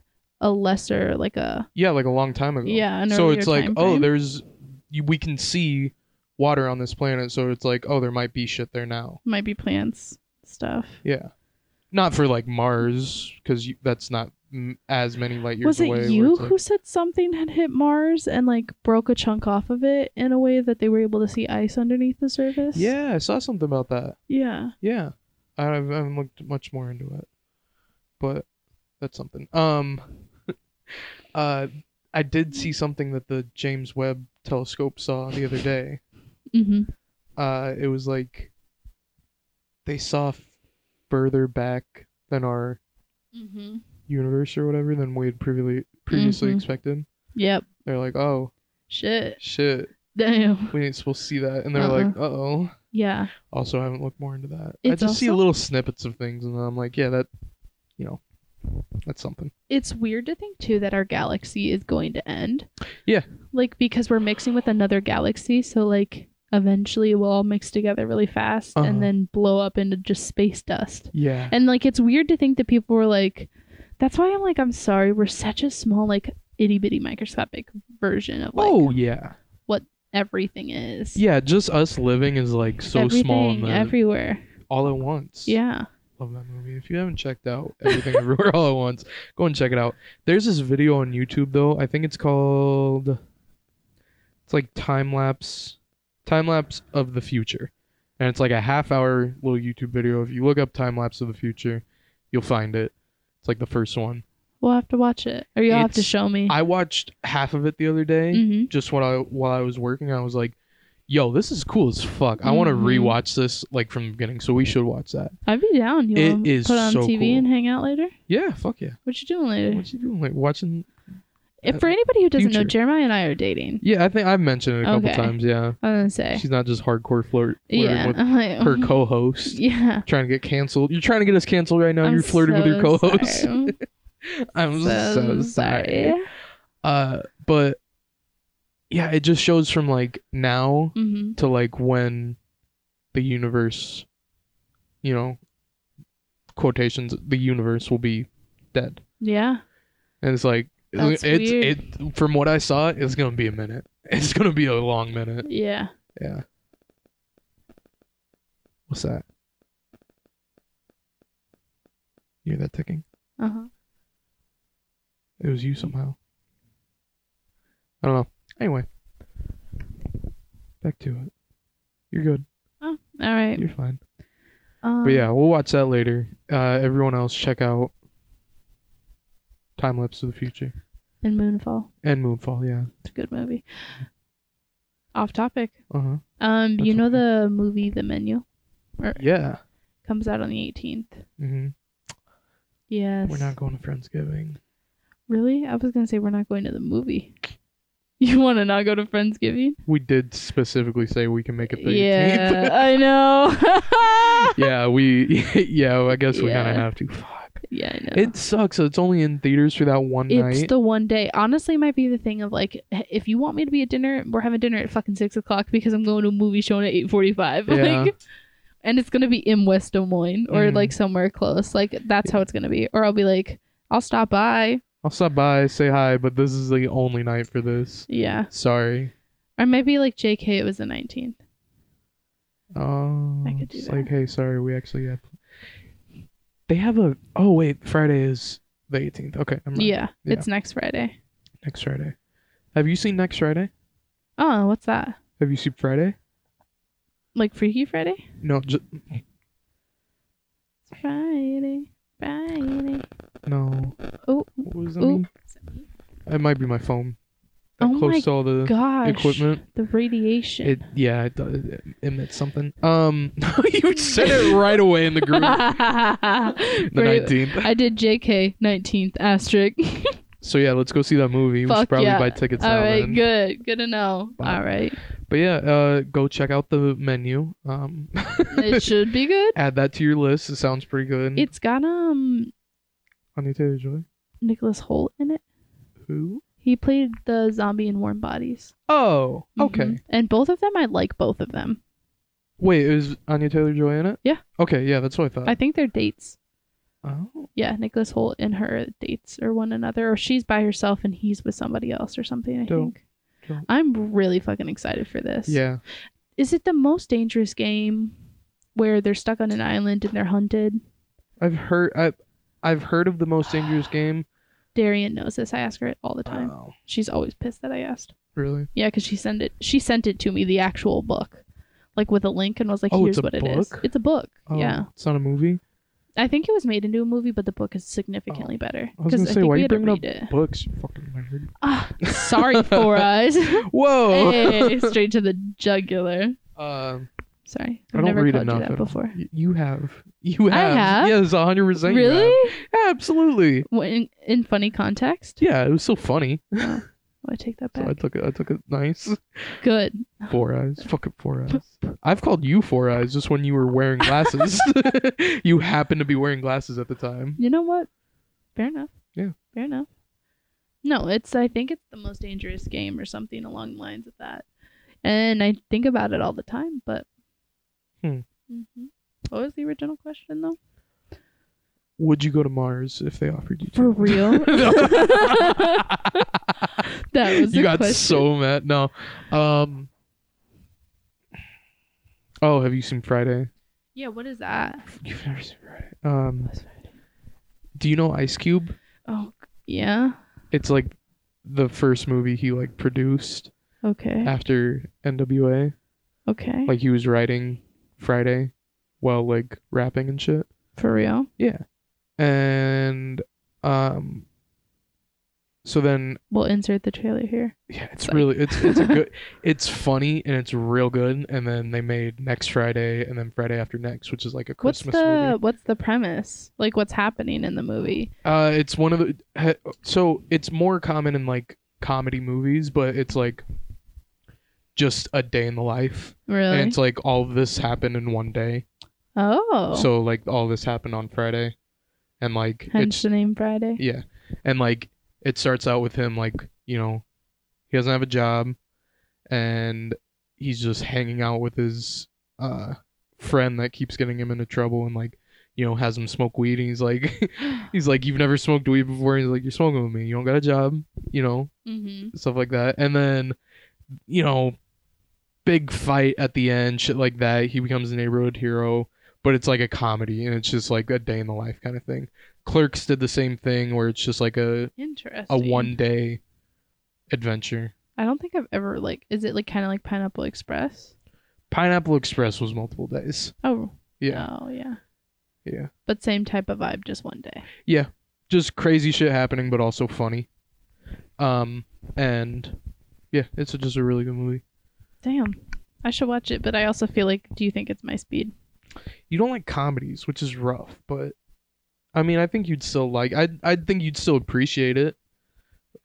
Speaker 2: a lesser like a
Speaker 1: yeah, like a long time ago.
Speaker 2: yeah, an
Speaker 1: So
Speaker 2: earlier
Speaker 1: it's like,
Speaker 2: time
Speaker 1: oh,
Speaker 2: frame.
Speaker 1: there's you, we can see water on this planet, so it's like, oh, there might be shit there now.
Speaker 2: might be plants stuff.
Speaker 1: Yeah, not for like Mars because that's not mm, as many light years
Speaker 2: Was
Speaker 1: away.
Speaker 2: it
Speaker 1: where
Speaker 2: you
Speaker 1: it's like-
Speaker 2: who said something had hit Mars and like broke a chunk off of it in a way that they were able to see ice underneath the surface?
Speaker 1: yeah, I saw something about that.
Speaker 2: Yeah.
Speaker 1: Yeah, I haven't I haven't looked much more into it, but that's something. Um, uh, I did see something that the James Webb Telescope saw the other day.
Speaker 2: Mhm.
Speaker 1: Uh, it was like they saw f- further back than our
Speaker 2: Mhm.
Speaker 1: universe or whatever than we had previously previously
Speaker 2: Mhm.
Speaker 1: expected.
Speaker 2: Yep.
Speaker 1: They're like, oh
Speaker 2: Shit.
Speaker 1: shit,
Speaker 2: Damn.
Speaker 1: We ain't supposed to see that. And they're
Speaker 2: Uh-uh.
Speaker 1: like, uh oh.
Speaker 2: Yeah.
Speaker 1: Also, I haven't looked more into that. I
Speaker 2: It's
Speaker 1: just see
Speaker 2: also-
Speaker 1: little snippets of things, and I'm like, yeah, that, you know, that's something.
Speaker 2: It's weird to think too that our galaxy is going to end.
Speaker 1: Yeah.
Speaker 2: Like because we're mixing with another galaxy, so like eventually we'll all mix together really fast
Speaker 1: Uh-huh.
Speaker 2: and then blow up into just space dust.
Speaker 1: Yeah.
Speaker 2: And like it's weird to think that people were like that's why I'm like I'm sorry, we're such a small like itty bitty microscopic version of like
Speaker 1: oh yeah.
Speaker 2: everything is.
Speaker 1: Yeah, just us living is like so
Speaker 2: everything,
Speaker 1: small and then
Speaker 2: everywhere.
Speaker 1: all at once.
Speaker 2: Yeah.
Speaker 1: Love that movie. If you haven't checked out Everything Everywhere All at Once, go and check it out. There's this video on YouTube though. I think it's called it's like time lapse time lapse of the future. And it's like a half hour little YouTube video. If you look up time lapse of the future, you'll find it. It's like the first one.
Speaker 2: We'll have to watch it. Or you'll have to
Speaker 1: It's-
Speaker 2: show me.
Speaker 1: I watched half of it the other day.
Speaker 2: hmm
Speaker 1: just when I while I was working, I was like, "Yo, this is cool as fuck. I want to
Speaker 2: Mhm.
Speaker 1: rewatch this like from the beginning." So we should watch that.
Speaker 2: I'd be down. You
Speaker 1: It
Speaker 2: wanna
Speaker 1: is
Speaker 2: put on
Speaker 1: so
Speaker 2: TV
Speaker 1: cool.
Speaker 2: and hang out later?
Speaker 1: Yeah, fuck yeah.
Speaker 2: What you doing later?
Speaker 1: What you doing? Like watching?
Speaker 2: If for anybody who doesn't know,
Speaker 1: Future.
Speaker 2: Jeremiah and I are dating.
Speaker 1: Yeah, I think I've mentioned it a couple
Speaker 2: Okay.
Speaker 1: times. Yeah,
Speaker 2: I was gonna say,
Speaker 1: she's not just hardcore flirt flirting
Speaker 2: yeah,
Speaker 1: with
Speaker 2: I'm like,
Speaker 1: her co-host.
Speaker 2: yeah.
Speaker 1: Trying to get canceled. You're trying to get us canceled right now.
Speaker 2: I'm
Speaker 1: You're flirting with your
Speaker 2: so
Speaker 1: co-host.
Speaker 2: sorry.
Speaker 1: I'm so,
Speaker 2: So
Speaker 1: sorry. Uh, but yeah, it just shows from like now
Speaker 2: Mhm.
Speaker 1: to like when the universe, you know, quotations, the universe will be dead.
Speaker 2: Yeah,
Speaker 1: And it's like
Speaker 2: That's
Speaker 1: it's
Speaker 2: weird.
Speaker 1: it from what I saw, it's gonna be a minute. It's gonna be a long minute.
Speaker 2: yeah.
Speaker 1: Yeah. What's that? You hear that ticking?
Speaker 2: Uh huh.
Speaker 1: It was you somehow. I don't know. Anyway. Back to it. You're good.
Speaker 2: All right.
Speaker 1: You're fine.
Speaker 2: Um,
Speaker 1: But yeah, we'll watch that later. Uh, everyone else, check out Time Lapse of the Future
Speaker 2: And Moonfall.
Speaker 1: and Moonfall. Yeah.
Speaker 2: It's a good movie. Off topic.
Speaker 1: Uh huh.
Speaker 2: Um, you
Speaker 1: That's
Speaker 2: know the movie The Menu
Speaker 1: Yeah.
Speaker 2: comes out on the 18th.
Speaker 1: hmm
Speaker 2: Yes.
Speaker 1: We're not going to Friendsgiving.
Speaker 2: Really? I was gonna say we're not going to the movie. You want to not go to Friendsgiving?
Speaker 1: We did specifically say we can make it the
Speaker 2: Yeah, I know.
Speaker 1: 18th. yeah. We. Yeah. I guess we kind
Speaker 2: Yeah.
Speaker 1: of have to. Fuck.
Speaker 2: yeah, I know.
Speaker 1: It sucks. It's only in theaters for that one
Speaker 2: It's
Speaker 1: night.
Speaker 2: the one day. Honestly, it might be the thing of like, h- if you want me to be at dinner, we're having dinner at fucking six o'clock because I'm going to a movie showing at eight forty-five.
Speaker 1: Yeah.
Speaker 2: Like, and it's gonna be in West Des Moines or
Speaker 1: Mhm.
Speaker 2: like somewhere close. Like that's how it's gonna be. Or I'll be like, I'll stop by.
Speaker 1: I'll stop by, say hi, but this is the only night for this.
Speaker 2: Yeah.
Speaker 1: Sorry.
Speaker 2: Or maybe like J.K. It was the nineteenth.
Speaker 1: Oh,
Speaker 2: I could do
Speaker 1: it's like, hey, sorry, we actually have. They have a. Oh wait, Friday is the 18th. Okay, I'm right.
Speaker 2: Yeah,
Speaker 1: Yeah.
Speaker 2: It's next Friday.
Speaker 1: next Friday. Have you seen next Friday?
Speaker 2: Oh, what's that?
Speaker 1: Have you seen Friday?
Speaker 2: Like Freaky Friday?
Speaker 1: No, ju-
Speaker 2: Friday. Friday.
Speaker 1: no.
Speaker 2: Oh,
Speaker 1: What was that?
Speaker 2: Ooh.
Speaker 1: mean? It might be my phone. That
Speaker 2: Oh
Speaker 1: close
Speaker 2: my
Speaker 1: to all the
Speaker 2: gosh.
Speaker 1: Uh, equipment.
Speaker 2: The radiation.
Speaker 1: It yeah, it, does- it emits something. Um, you said it right away in the group. The
Speaker 2: Right.
Speaker 1: 19th.
Speaker 2: I did JK 19th asterisk.
Speaker 1: So yeah, let's go see that movie. we
Speaker 2: Fuck
Speaker 1: should probably
Speaker 2: yeah.
Speaker 1: buy tickets
Speaker 2: All
Speaker 1: now.
Speaker 2: right,
Speaker 1: then.
Speaker 2: good. Good to know.
Speaker 1: Bye.
Speaker 2: All right.
Speaker 1: But yeah, uh, go check out the menu. Um,
Speaker 2: It should be good.
Speaker 1: add that to your list. It sounds pretty good.
Speaker 2: It's got um
Speaker 1: Anya Taylor Joy.
Speaker 2: Nicholas Holt in it.
Speaker 1: Who?
Speaker 2: He played the zombie in Warm Bodies.
Speaker 1: Oh,
Speaker 2: Mhm.
Speaker 1: okay.
Speaker 2: And both of them, I like both of them.
Speaker 1: Wait, is Anya Taylor Joy in it?
Speaker 2: Yeah.
Speaker 1: Okay, yeah, that's what I thought.
Speaker 2: I think they're dates.
Speaker 1: oh,
Speaker 2: Yeah, Nicholas Holt and her dates or one another, or she's by herself and he's with somebody else or something. I
Speaker 1: Dope.
Speaker 2: think.
Speaker 1: Dope.
Speaker 2: I'm really fucking excited for this.
Speaker 1: yeah.
Speaker 2: Is it the most dangerous game where they're stuck on an island and they're hunted?
Speaker 1: I've heard. I, I've heard of the most dangerous game.
Speaker 2: Darian knows this. I ask her it all the time.
Speaker 1: Oh,
Speaker 2: She's always pissed that I asked.
Speaker 1: really?
Speaker 2: Yeah, because she sent it. She sent it to me, the actual book, like with a link, and was like,
Speaker 1: Oh,
Speaker 2: "Here's
Speaker 1: it's a
Speaker 2: what it is.
Speaker 1: book?
Speaker 2: It's a book.
Speaker 1: Oh,
Speaker 2: Yeah,
Speaker 1: It's not a movie.
Speaker 2: I think it was made into a movie, but the book is significantly better
Speaker 1: Oh. I was gonna
Speaker 2: I
Speaker 1: say,
Speaker 2: think
Speaker 1: why
Speaker 2: we
Speaker 1: you
Speaker 2: had to
Speaker 1: bringing up
Speaker 2: read it.
Speaker 1: books? You fucking nerd.
Speaker 2: Ah, sorry for us.
Speaker 1: Whoa.
Speaker 2: hey, straight to the jugular.
Speaker 1: Um,
Speaker 2: Sorry,
Speaker 1: I
Speaker 2: I've
Speaker 1: don't
Speaker 2: never
Speaker 1: read
Speaker 2: called
Speaker 1: enough.
Speaker 2: you
Speaker 1: I
Speaker 2: that
Speaker 1: don't-
Speaker 2: before.
Speaker 1: y- you have. You
Speaker 2: I
Speaker 1: have.
Speaker 2: have?
Speaker 1: Yes, hundred percent.
Speaker 2: Really?
Speaker 1: Yeah, absolutely.
Speaker 2: When, in funny context?
Speaker 1: Yeah, it was so funny.
Speaker 2: I take that
Speaker 1: So
Speaker 2: back.
Speaker 1: I took it. I took it nice.
Speaker 2: Good.
Speaker 1: Four eyes. Fucking four eyes. I've called you four eyes just when you were wearing glasses. you happened to be wearing glasses at the time.
Speaker 2: You know what? Fair enough.
Speaker 1: Yeah.
Speaker 2: Fair enough. No, it's I think it's the most dangerous game or something along the lines of that. And I think about it all the time, but
Speaker 1: Hmm.
Speaker 2: hmm What was the original question though?
Speaker 1: Would you go to Mars if they offered you?
Speaker 2: For
Speaker 1: to?
Speaker 2: real?
Speaker 1: No.
Speaker 2: That was
Speaker 1: you
Speaker 2: a
Speaker 1: got
Speaker 2: question.
Speaker 1: so mad. No. Um. Oh, have you seen Friday?
Speaker 2: Yeah, what is that?
Speaker 1: You've never seen Friday. Um. Do you know Ice Cube?
Speaker 2: Oh, yeah.
Speaker 1: It's like the first movie he like produced Uh,
Speaker 2: Okay.
Speaker 1: after NWA.
Speaker 2: Okay.
Speaker 1: Like he was writing Friday while like rapping and shit.
Speaker 2: For real?
Speaker 1: And um. So then
Speaker 2: We'll insert the trailer here.
Speaker 1: Yeah, it's
Speaker 2: Like-
Speaker 1: really it's it's a good it's funny and it's real good. And then they made next Friday and then Friday after next, which is like a
Speaker 2: What's
Speaker 1: Christmas
Speaker 2: the
Speaker 1: movie.
Speaker 2: what's the premise? Like what's happening in the movie?
Speaker 1: Uh, it's one of the he- so it's more common in like comedy movies, but it's like just a day in the life,
Speaker 2: Really?
Speaker 1: and it's like all of this happened in one day.
Speaker 2: oh.
Speaker 1: So like all this happened on Friday, and like
Speaker 2: Hence
Speaker 1: it's
Speaker 2: the name Friday.
Speaker 1: Yeah. And like it starts out with him like, you know, he doesn't have a job and he's just hanging out with his uh friend that keeps getting him into trouble and like, you know, has him smoke weed and he's like he's like, You've never smoked weed before and he's like, You're smoking with me, you don't got a job, you know,
Speaker 2: Mm-hmm.
Speaker 1: stuff like that. And then, you know, big fight at the end, shit like that. He becomes a neighborhood hero, but it's like a comedy and it's just like a day in the life kind of thing. Clerks did the same thing where it's just like a
Speaker 2: Interesting.
Speaker 1: a one day adventure.
Speaker 2: I don't think I've ever like. Is it like kind of like Pineapple Express?
Speaker 1: Pineapple Express was multiple days.
Speaker 2: Oh.
Speaker 1: Yeah.
Speaker 2: Oh yeah.
Speaker 1: Yeah.
Speaker 2: But same type of vibe, just one day.
Speaker 1: Just crazy shit happening but also funny. Um and yeah, it's just a really good movie.
Speaker 2: Damn. I should watch it, but I also feel like, do you think it's my speed?
Speaker 1: you don't like comedies, which is rough, but I mean, I think you'd still like I I think you'd still appreciate it.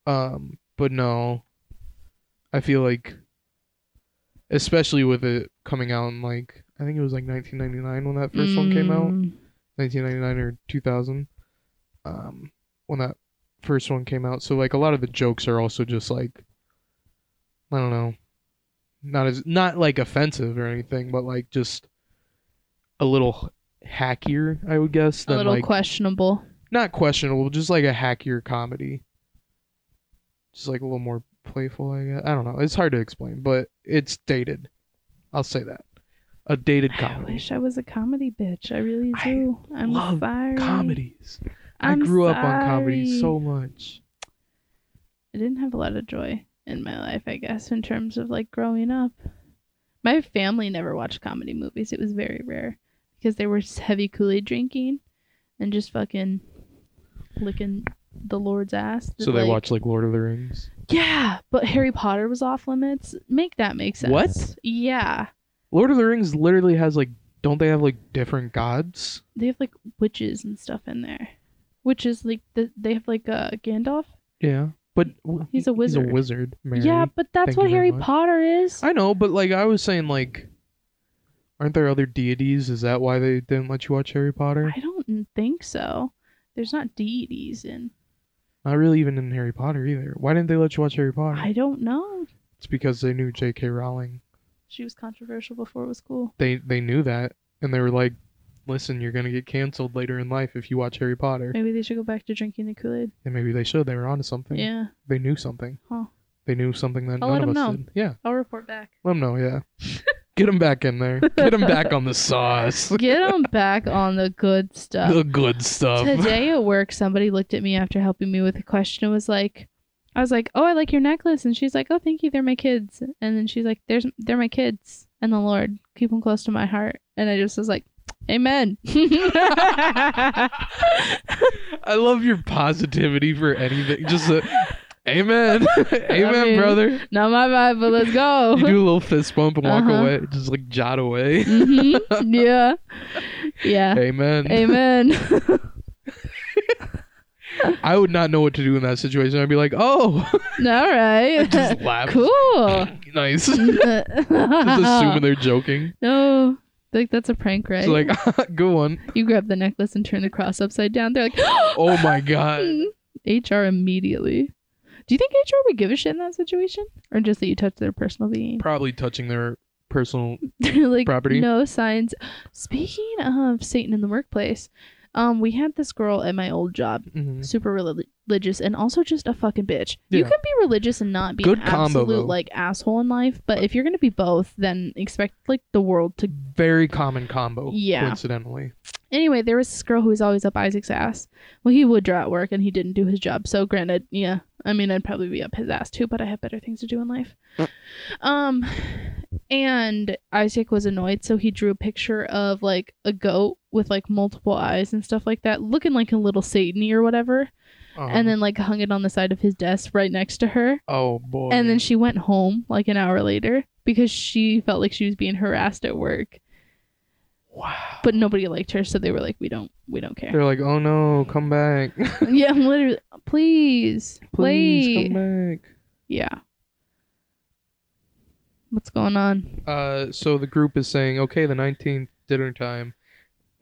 Speaker 1: Um, but no. I feel like especially with it coming out in like I think it was like 1999 when that first one came out,
Speaker 2: Mm,
Speaker 1: 1999 or 2000. Um, when that first one came out, so like a lot of the jokes are also just like I don't know, not as not like offensive or anything, but like just a little hackier, I would guess,
Speaker 2: A
Speaker 1: than
Speaker 2: little
Speaker 1: like
Speaker 2: questionable.
Speaker 1: not questionable, just like a hackier comedy. Just like a little more playful, I guess. I don't know. It's hard to explain, but it's dated. I'll say that. A dated
Speaker 2: I
Speaker 1: comedy.
Speaker 2: wish I was a comedy bitch. I really
Speaker 1: I
Speaker 2: do. I am
Speaker 1: love
Speaker 2: sorry.
Speaker 1: Comedies.
Speaker 2: I'm
Speaker 1: I grew up on
Speaker 2: sorry.
Speaker 1: comedy so much.
Speaker 2: I didn't have a lot of joy in my life, I guess, in terms of like growing up. My family never watched comedy movies. It was very rare because they were s- heavy Kool Aid drinking and just fucking licking the Lord's ass.
Speaker 1: So they
Speaker 2: Like-
Speaker 1: watch like Lord of the Rings.
Speaker 2: Yeah, but Harry Potter was off limits. Make that make sense.
Speaker 1: What?
Speaker 2: Yeah.
Speaker 1: Lord of the Rings literally has like don't they have like different gods?
Speaker 2: They have like witches and stuff in there. Witches, like, the, they have like uh, Gandalf.
Speaker 1: Yeah. But w-
Speaker 2: He's a
Speaker 1: He's
Speaker 2: wizard.
Speaker 1: a wizard, Mary.
Speaker 2: Yeah, but that's
Speaker 1: thank
Speaker 2: what
Speaker 1: you very
Speaker 2: Harry
Speaker 1: much.
Speaker 2: Potter is.
Speaker 1: I know, but like I was saying, like, aren't there other deities? Is that why they didn't let you watch Harry Potter?
Speaker 2: I don't think so. There's not deities in
Speaker 1: Not really, even in Harry Potter either. Why didn't they let you watch Harry Potter?
Speaker 2: I don't know.
Speaker 1: It's because they knew J.K. Rowling.
Speaker 2: She was controversial before it was cool.
Speaker 1: They they knew that, and they were like, "Listen, you're gonna get canceled later in life if you watch Harry Potter."
Speaker 2: Maybe they should go back to drinking the Kool Aid.
Speaker 1: And maybe they should. They were onto something.
Speaker 2: Yeah,
Speaker 1: They knew something.
Speaker 2: Huh.
Speaker 1: They knew something that
Speaker 2: I'll
Speaker 1: none
Speaker 2: let
Speaker 1: of us
Speaker 2: 'em know.
Speaker 1: did. Yeah,
Speaker 2: I'll report back.
Speaker 1: let them know. Yeah, get them back in there. Get them back on the sauce.
Speaker 2: Get them back on the good stuff.
Speaker 1: the good stuff.
Speaker 2: Today at work, somebody looked at me after helping me with a question and was like, I was like, "Oh, I like your necklace," and she's like, "Oh, thank you. They're my kids." And then she's like, "There's, they're my kids, and the Lord keep them close to my heart." And I just was like, "Amen."
Speaker 1: I love your positivity for anything. Just a, amen, amen,
Speaker 2: mean-
Speaker 1: brother.
Speaker 2: Not my vibe, but let's go.
Speaker 1: You do a little fist bump and walk
Speaker 2: Uh-huh.
Speaker 1: away, just like jot away.
Speaker 2: hmm Yeah. Yeah.
Speaker 1: Amen.
Speaker 2: Amen.
Speaker 1: I would not know what to do in that situation. I'd be like, oh,
Speaker 2: All right.
Speaker 1: just laugh.
Speaker 2: cool.
Speaker 1: nice. just assuming they're joking.
Speaker 2: No, like that's a prank, right?
Speaker 1: It's like, good one.
Speaker 2: you grab the necklace and turn the cross upside down. They're like,
Speaker 1: Oh my god.
Speaker 2: "Hmm." HR immediately. Do you think HR would give a shit in that situation, or just that you touch their personal being?
Speaker 1: Probably touching their personal.
Speaker 2: They're like
Speaker 1: Property.
Speaker 2: no signs. Speaking of Satan in the workplace, um, we had this girl at my old job,
Speaker 1: Mhm.
Speaker 2: super reli- religious and also just a fucking bitch. You
Speaker 1: Yeah.
Speaker 2: can be religious and not be
Speaker 1: Good
Speaker 2: an
Speaker 1: combo,
Speaker 2: absolute
Speaker 1: though.
Speaker 2: like asshole in life, but if you're gonna be both, then expect like the world to
Speaker 1: Very common combo.
Speaker 2: Yeah.
Speaker 1: Coincidentally.
Speaker 2: anyway, there was this girl who was always up Isaac's ass. Well, he would draw at work and he didn't do his job. So granted, yeah, I mean, I'd probably be up his ass too, but I have better things to do in life.
Speaker 1: Uh.
Speaker 2: Um, and Isaac was annoyed, so he drew a picture of like a goat with like multiple eyes and stuff like that, looking like a little Satan or whatever,
Speaker 1: Uh-huh.
Speaker 2: and then like hung it on the side of his desk right next to her.
Speaker 1: Oh boy.
Speaker 2: And then she went home like an hour later because she felt like she was being harassed at work,
Speaker 1: Wow.
Speaker 2: but nobody liked her, so they were like, "We don't, we don't care."
Speaker 1: They're like, oh no, come back.
Speaker 2: yeah, I'm literally. Please,
Speaker 1: Please
Speaker 2: please.
Speaker 1: come back.
Speaker 2: Yeah. What's going on?
Speaker 1: Uh, so the group is saying, okay, the 19th dinner time.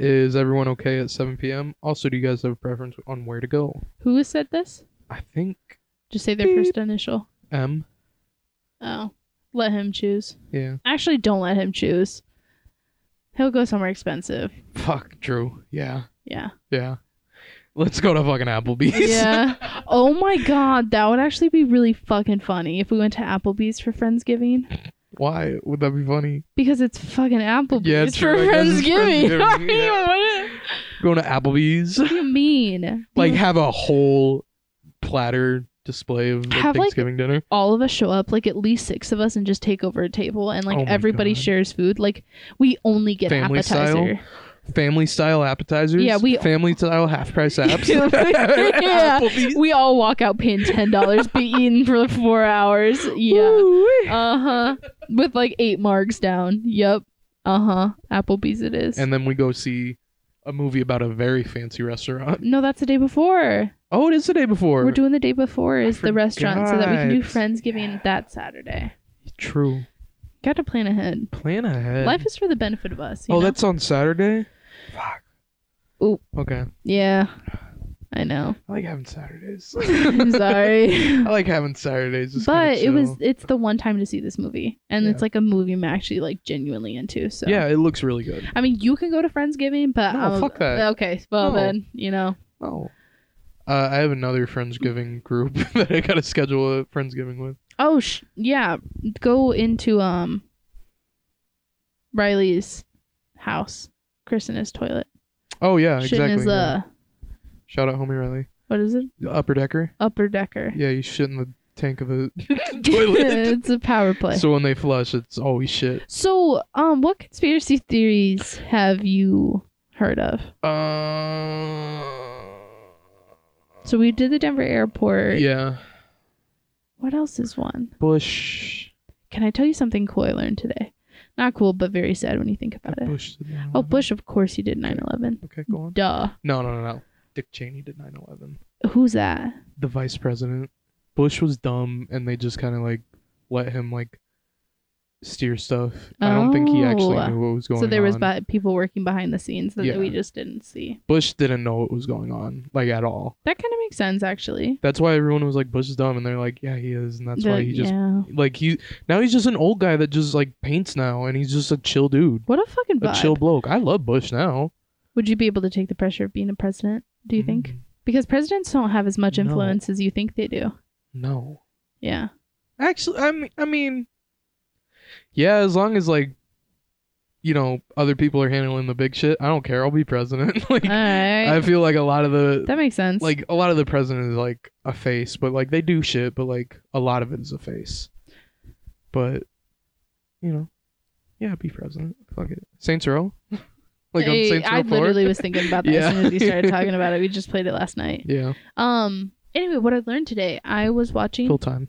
Speaker 1: Is everyone okay at 7 p.m.? Also, do you guys have a preference on where to go?
Speaker 2: Who has said this?
Speaker 1: I think
Speaker 2: Just say their
Speaker 1: Beep.
Speaker 2: first initial.
Speaker 1: M.
Speaker 2: Oh, let him choose.
Speaker 1: Yeah.
Speaker 2: Actually, don't let him choose. He'll go somewhere expensive.
Speaker 1: Fuck, Drew. Yeah.
Speaker 2: Yeah.
Speaker 1: Yeah. Let's go to fucking Applebee's.
Speaker 2: Yeah. Oh my god, that would actually be really fucking funny if we went to Applebee's for Friendsgiving
Speaker 1: Why would that be funny?
Speaker 2: because it's fucking Applebee's
Speaker 1: Yeah,
Speaker 2: for
Speaker 1: true, I guess it's
Speaker 2: Friendsgiving. I
Speaker 1: Friendsgiving,
Speaker 2: mean,
Speaker 1: yeah.
Speaker 2: what,
Speaker 1: Going to Applebee's,
Speaker 2: what do you mean?
Speaker 1: like have a whole platter display of like,
Speaker 2: Have, like,
Speaker 1: Thanksgiving dinner.
Speaker 2: all of us show up, like at least six of us, and just take over a table, and like
Speaker 1: Oh my
Speaker 2: everybody
Speaker 1: God.
Speaker 2: shares food. Like we only get
Speaker 1: Family
Speaker 2: appetizer.
Speaker 1: Family style appetizers.
Speaker 2: Yeah, we-
Speaker 1: family style half price apps.
Speaker 2: Yeah.
Speaker 1: Applebee's.
Speaker 2: We all walk out paying ten dollars, be eaten for four hours. Yeah.
Speaker 1: Woo-wee.
Speaker 2: Uh huh. With like eight marks down. Yep. Uh huh. Applebee's it is.
Speaker 1: And then we go see a movie about a very fancy restaurant.
Speaker 2: no, that's the day before.
Speaker 1: Oh, it is the day before.
Speaker 2: We're doing the day before
Speaker 1: I
Speaker 2: is the restaurant so that we can do
Speaker 1: forgot.
Speaker 2: Friendsgiving
Speaker 1: Yeah.
Speaker 2: that Saturday.
Speaker 1: True.
Speaker 2: Got to plan ahead.
Speaker 1: Plan ahead.
Speaker 2: Life is for the benefit of us. you
Speaker 1: oh,
Speaker 2: know?
Speaker 1: that's on Saturday. Fuck.
Speaker 2: Ooh.
Speaker 1: Okay.
Speaker 2: yeah. I know.
Speaker 1: I like having Saturdays.
Speaker 2: I'm sorry.
Speaker 1: I like having Saturdays. It's kinda
Speaker 2: but it was
Speaker 1: chill.
Speaker 2: it's the one time to see this movie and
Speaker 1: Yeah.
Speaker 2: it's like a movie i'm actually like genuinely into so
Speaker 1: Yeah, it looks really good.
Speaker 2: i mean you can go to friendsgiving but
Speaker 1: No,
Speaker 2: I'm-
Speaker 1: fuck that.
Speaker 2: okay well
Speaker 1: No.
Speaker 2: then you know
Speaker 1: Oh. Uh, I have another Friendsgiving group that I gotta schedule a Friendsgiving with.
Speaker 2: oh sh- yeah go into um riley's house chris in his toilet
Speaker 1: Oh yeah,
Speaker 2: shit
Speaker 1: exactly.
Speaker 2: in his
Speaker 1: yeah.
Speaker 2: uh
Speaker 1: Shout out, homie Riley.
Speaker 2: what is it
Speaker 1: The upper decker.
Speaker 2: upper decker
Speaker 1: Yeah, you shit in the tank of the toilet.
Speaker 2: it's a power play so-,
Speaker 1: so when they flush, it's always shit.
Speaker 2: um what conspiracy theories have you heard of
Speaker 1: Uh,
Speaker 2: so we did the denver airport
Speaker 1: yeah,
Speaker 2: what else is one
Speaker 1: Bush.
Speaker 2: Can I tell you something cool I learned today? Not cool, but very sad when you think about it.
Speaker 1: Bush did 9/11.
Speaker 2: Oh, Bush, of course he did 9 11.
Speaker 1: Okay, go on.
Speaker 2: Duh.
Speaker 1: No, no, no, no. Dick Cheney did 9/11.
Speaker 2: Who's that?
Speaker 1: the vice president. Bush was dumb, and they just kind of like let him like steer stuff. I don't think he actually
Speaker 2: Oh.
Speaker 1: knew what was going on.
Speaker 2: So there was bi- people working behind the scenes that
Speaker 1: Yeah.
Speaker 2: we just didn't see.
Speaker 1: Bush didn't know what was going on, like at all.
Speaker 2: That kind of makes sense, actually.
Speaker 1: That's why everyone was like, "Bush is dumb," and they're like, "Yeah, he is," and that's why
Speaker 2: The-
Speaker 1: he just
Speaker 2: yeah.
Speaker 1: like he now he's just an old guy that just like paints now, and he's just a chill dude,
Speaker 2: What a fucking
Speaker 1: a
Speaker 2: vibe.
Speaker 1: chill bloke. I love Bush now.
Speaker 2: Would you be able to take the pressure of being a president,
Speaker 1: Mm-hmm.
Speaker 2: do you
Speaker 1: Mm,
Speaker 2: think? Because presidents don't have as much
Speaker 1: No.
Speaker 2: influence as you think they do.
Speaker 1: No,
Speaker 2: Yeah.
Speaker 1: actually, I mean, I mean, yeah, as long as like. You know, other people are handling the big shit. I don't care. I'll be president. like,
Speaker 2: All right.
Speaker 1: I feel like a lot of the
Speaker 2: that makes sense.
Speaker 1: like a lot of the president is like a face, but like they do shit, but like a lot of it is a face. But you know, yeah, be president. Fuck it. Saints Row, like
Speaker 2: Hey,
Speaker 1: on Saints Row
Speaker 2: I
Speaker 1: Four.
Speaker 2: literally was thinking about that as
Speaker 1: Yeah.
Speaker 2: soon as you started talking about it. We just played it last night.
Speaker 1: yeah,
Speaker 2: Um. Anyway, what I learned today, I was watching.
Speaker 1: full time.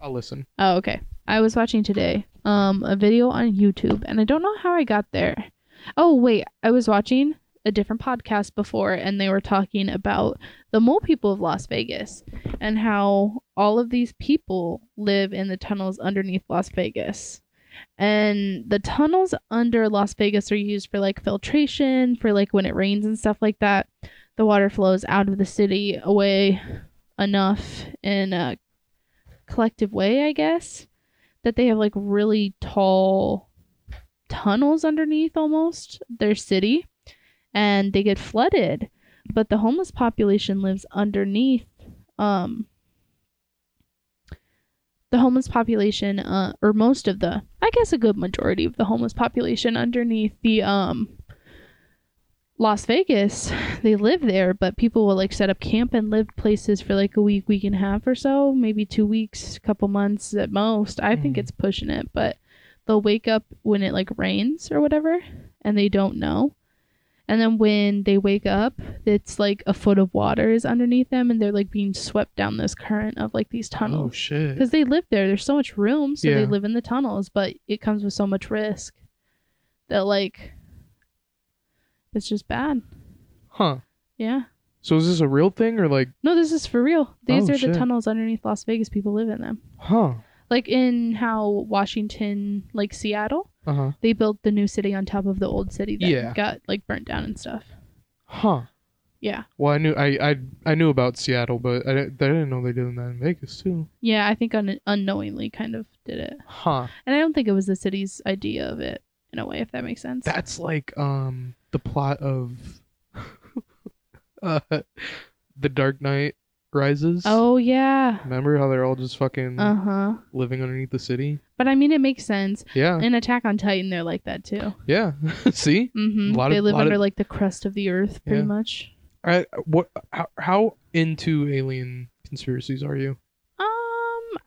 Speaker 1: I'll listen.
Speaker 2: Oh, okay. I was watching today um a video on YouTube and I don't know how I got there. Oh, wait. I was watching a different podcast before and they were talking about the mole people of Las Vegas and how all of these people live in the tunnels underneath Las Vegas. And the tunnels under Las Vegas are used for like filtration, for like when it rains and stuff like that. The water flows out of the city away enough in uh, a collective way, I guess, that they have like really tall tunnels underneath almost their city and they get flooded. But the homeless population lives underneath um the homeless population uh, or most of the I guess a good majority of the homeless population underneath the um Las Vegas, they live there, but people will like set up camp and live places for like a week, week and a half or so, maybe two weeks, couple months at most. I think
Speaker 1: Mhm.
Speaker 2: it's pushing it, but they'll wake up when it like rains or whatever and they don't know. And then when they wake up, it's like a foot of water is underneath them and they're like being swept down this current of like these
Speaker 1: Oh
Speaker 2: tunnels.
Speaker 1: shit.
Speaker 2: Because they live there. There's so much room, so they
Speaker 1: Yeah.
Speaker 2: live in the tunnels, but it comes with so much risk that like it's just bad.
Speaker 1: Huh.
Speaker 2: Yeah.
Speaker 1: So is this a real thing or like
Speaker 2: No, this is for real. These
Speaker 1: Oh,
Speaker 2: are
Speaker 1: shit.
Speaker 2: the tunnels underneath Las Vegas. People live in them.
Speaker 1: huh?
Speaker 2: Like in how Washington, like Seattle,
Speaker 1: Uh huh.
Speaker 2: they built the new city on top of the old city that
Speaker 1: Yeah.
Speaker 2: got like burnt down and stuff.
Speaker 1: Huh.
Speaker 2: Yeah.
Speaker 1: Well, I knew I I, I knew about Seattle, but I, didn't- I didn't know they did that in Vegas too.
Speaker 2: Yeah, I think un- unknowingly kind of did it.
Speaker 1: Huh.
Speaker 2: And I don't think it was the city's idea of it in a way, if that makes sense.
Speaker 1: That's like um the plot of uh The Dark Knight Rises.
Speaker 2: oh, yeah.
Speaker 1: Remember how they're all just fucking
Speaker 2: Uh huh.
Speaker 1: living underneath the city?
Speaker 2: But I mean, it makes sense.
Speaker 1: Yeah.
Speaker 2: In Attack on Titan, they're like that too.
Speaker 1: Yeah. See?
Speaker 2: hmm
Speaker 1: Lot of-
Speaker 2: they live
Speaker 1: lot of-
Speaker 2: under like the crust of the earth, pretty
Speaker 1: Yeah.
Speaker 2: much.
Speaker 1: I, what how, how into alien conspiracies are you?
Speaker 2: Um,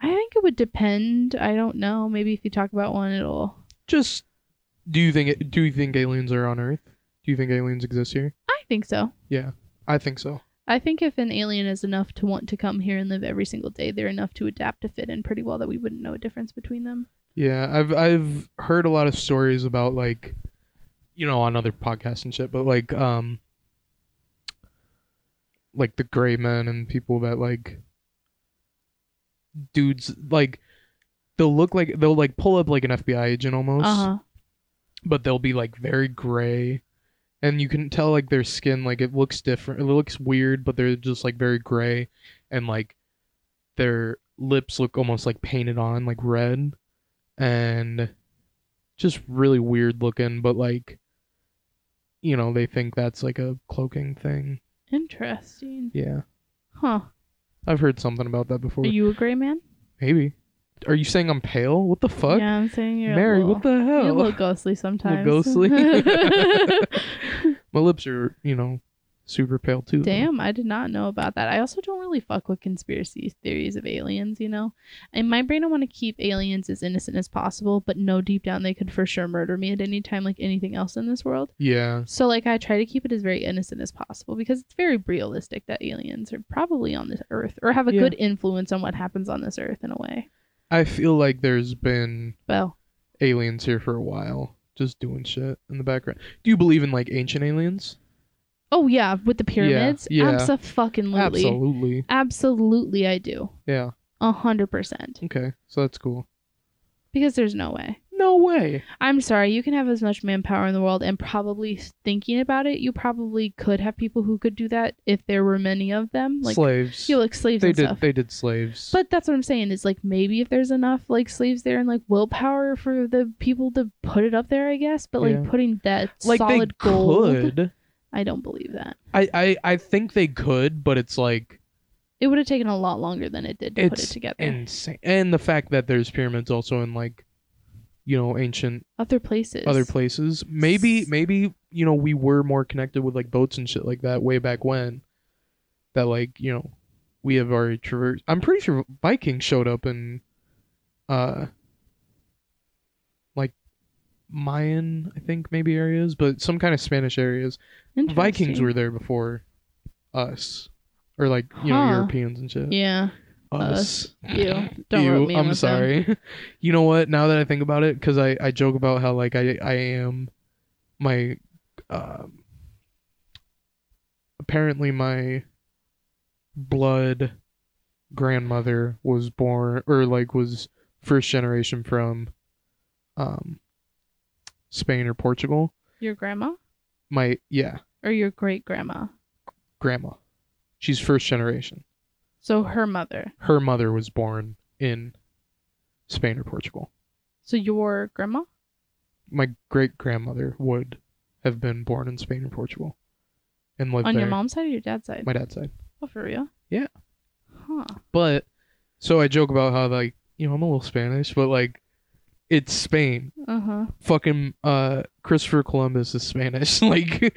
Speaker 2: I think it would depend. I don't know. Maybe if you talk about one, it'll.
Speaker 1: Just do you think it, do you think aliens are on earth? Do you think aliens exist here?
Speaker 2: I think so.
Speaker 1: Yeah. I think so.
Speaker 2: I think if an alien is enough to want to come here and live every single day, they're enough to adapt to fit in pretty well that we wouldn't know a difference between them.
Speaker 1: Yeah, I've I've heard a lot of stories about like, you know, on other podcasts and shit, but like um, like the gray men and people that like dudes like they'll look like they'll like pull up like an FBI agent almost,
Speaker 2: Uh huh.
Speaker 1: but they'll be like very gray, and you can tell like their skin like it looks different, it looks weird, but they're just like very gray, and like their lips look almost like painted on like red and just really weird looking but like you know they think that's like a cloaking thing
Speaker 2: Interesting.
Speaker 1: yeah
Speaker 2: Huh.
Speaker 1: i've heard something about that before
Speaker 2: Are you a gray man?
Speaker 1: maybe are you saying i'm pale what the fuck
Speaker 2: Yeah, I'm saying you're.
Speaker 1: mary
Speaker 2: a little,
Speaker 1: what the
Speaker 2: You're a little
Speaker 1: hell
Speaker 2: ghostly sometimes.
Speaker 1: ghostly? my lips are you know super pale too though.
Speaker 2: Damn, I did not know about that. I also don't really fuck with conspiracy theories of aliens, you know? In my brain, I want to keep aliens as innocent as possible, but know deep down they could for sure murder me at any time, like anything else in this world.
Speaker 1: yeah
Speaker 2: So, like, I try to keep it as very innocent as possible because it's very realistic that aliens are probably on this earth or have a
Speaker 1: Yeah.
Speaker 2: good influence on what happens on this earth in a way.
Speaker 1: i feel like there's been
Speaker 2: Well,
Speaker 1: aliens here for a while just doing shit in the background do you believe in like ancient aliens
Speaker 2: oh, yeah, with the pyramids.
Speaker 1: yeah.
Speaker 2: fucking
Speaker 1: absolutely
Speaker 2: Absolutely, I do.
Speaker 1: yeah
Speaker 2: A hundred percent.
Speaker 1: okay so that's cool
Speaker 2: Because there's no way.
Speaker 1: no way
Speaker 2: I'm sorry, you can have as much manpower in the world and probably thinking about it, you probably could have people who could do that if there were many of them. Like
Speaker 1: slaves
Speaker 2: you know, like slaves
Speaker 1: they
Speaker 2: and
Speaker 1: did
Speaker 2: stuff.
Speaker 1: they did slaves
Speaker 2: But that's what I'm saying is like maybe if there's enough like slaves there and like willpower for the people to put it up there, I guess. But like
Speaker 1: Yeah.
Speaker 2: putting that
Speaker 1: like
Speaker 2: solid
Speaker 1: they
Speaker 2: gold,
Speaker 1: could
Speaker 2: I don't believe that.
Speaker 1: I, I i think they could but it's like
Speaker 2: It would have taken a lot longer than it did to put it
Speaker 1: It's
Speaker 2: together.
Speaker 1: insane and the fact that there's pyramids also in like you know ancient
Speaker 2: other places,
Speaker 1: other places maybe
Speaker 2: S-
Speaker 1: maybe you know we were more connected with like boats and shit like that way back when that like you know we have already traversed i'm pretty sure vikings showed up in uh like mayan i think maybe areas but some kind of spanish areas Vikings
Speaker 2: Interesting.
Speaker 1: were there before us, or like you know
Speaker 2: Huh.
Speaker 1: Europeans and shit.
Speaker 2: Yeah,
Speaker 1: Us.
Speaker 2: you don't
Speaker 1: Ew,
Speaker 2: rope me in
Speaker 1: I'm
Speaker 2: with them.
Speaker 1: sorry. you know what? Now that I think about it, because I I joke about how like I I am my um apparently my blood grandmother was born or like was first generation from um Spain or Portugal.
Speaker 2: Your grandma
Speaker 1: My yeah,
Speaker 2: or your great grandma?
Speaker 1: grandma. She's first generation.
Speaker 2: So her mother.
Speaker 1: Her mother was born in Spain or Portugal.
Speaker 2: So your grandma?
Speaker 1: My great grandmother would have been born in Spain or Portugal and lived
Speaker 2: On
Speaker 1: there.
Speaker 2: your mom's side or your dad's side?
Speaker 1: My dad's side.
Speaker 2: Oh, for real?
Speaker 1: Yeah.
Speaker 2: Huh.
Speaker 1: But so I joke about how like you know I'm a little Spanish, but like it's Spain.
Speaker 2: Uh huh.
Speaker 1: Fucking uh, Christopher Columbus is Spanish. like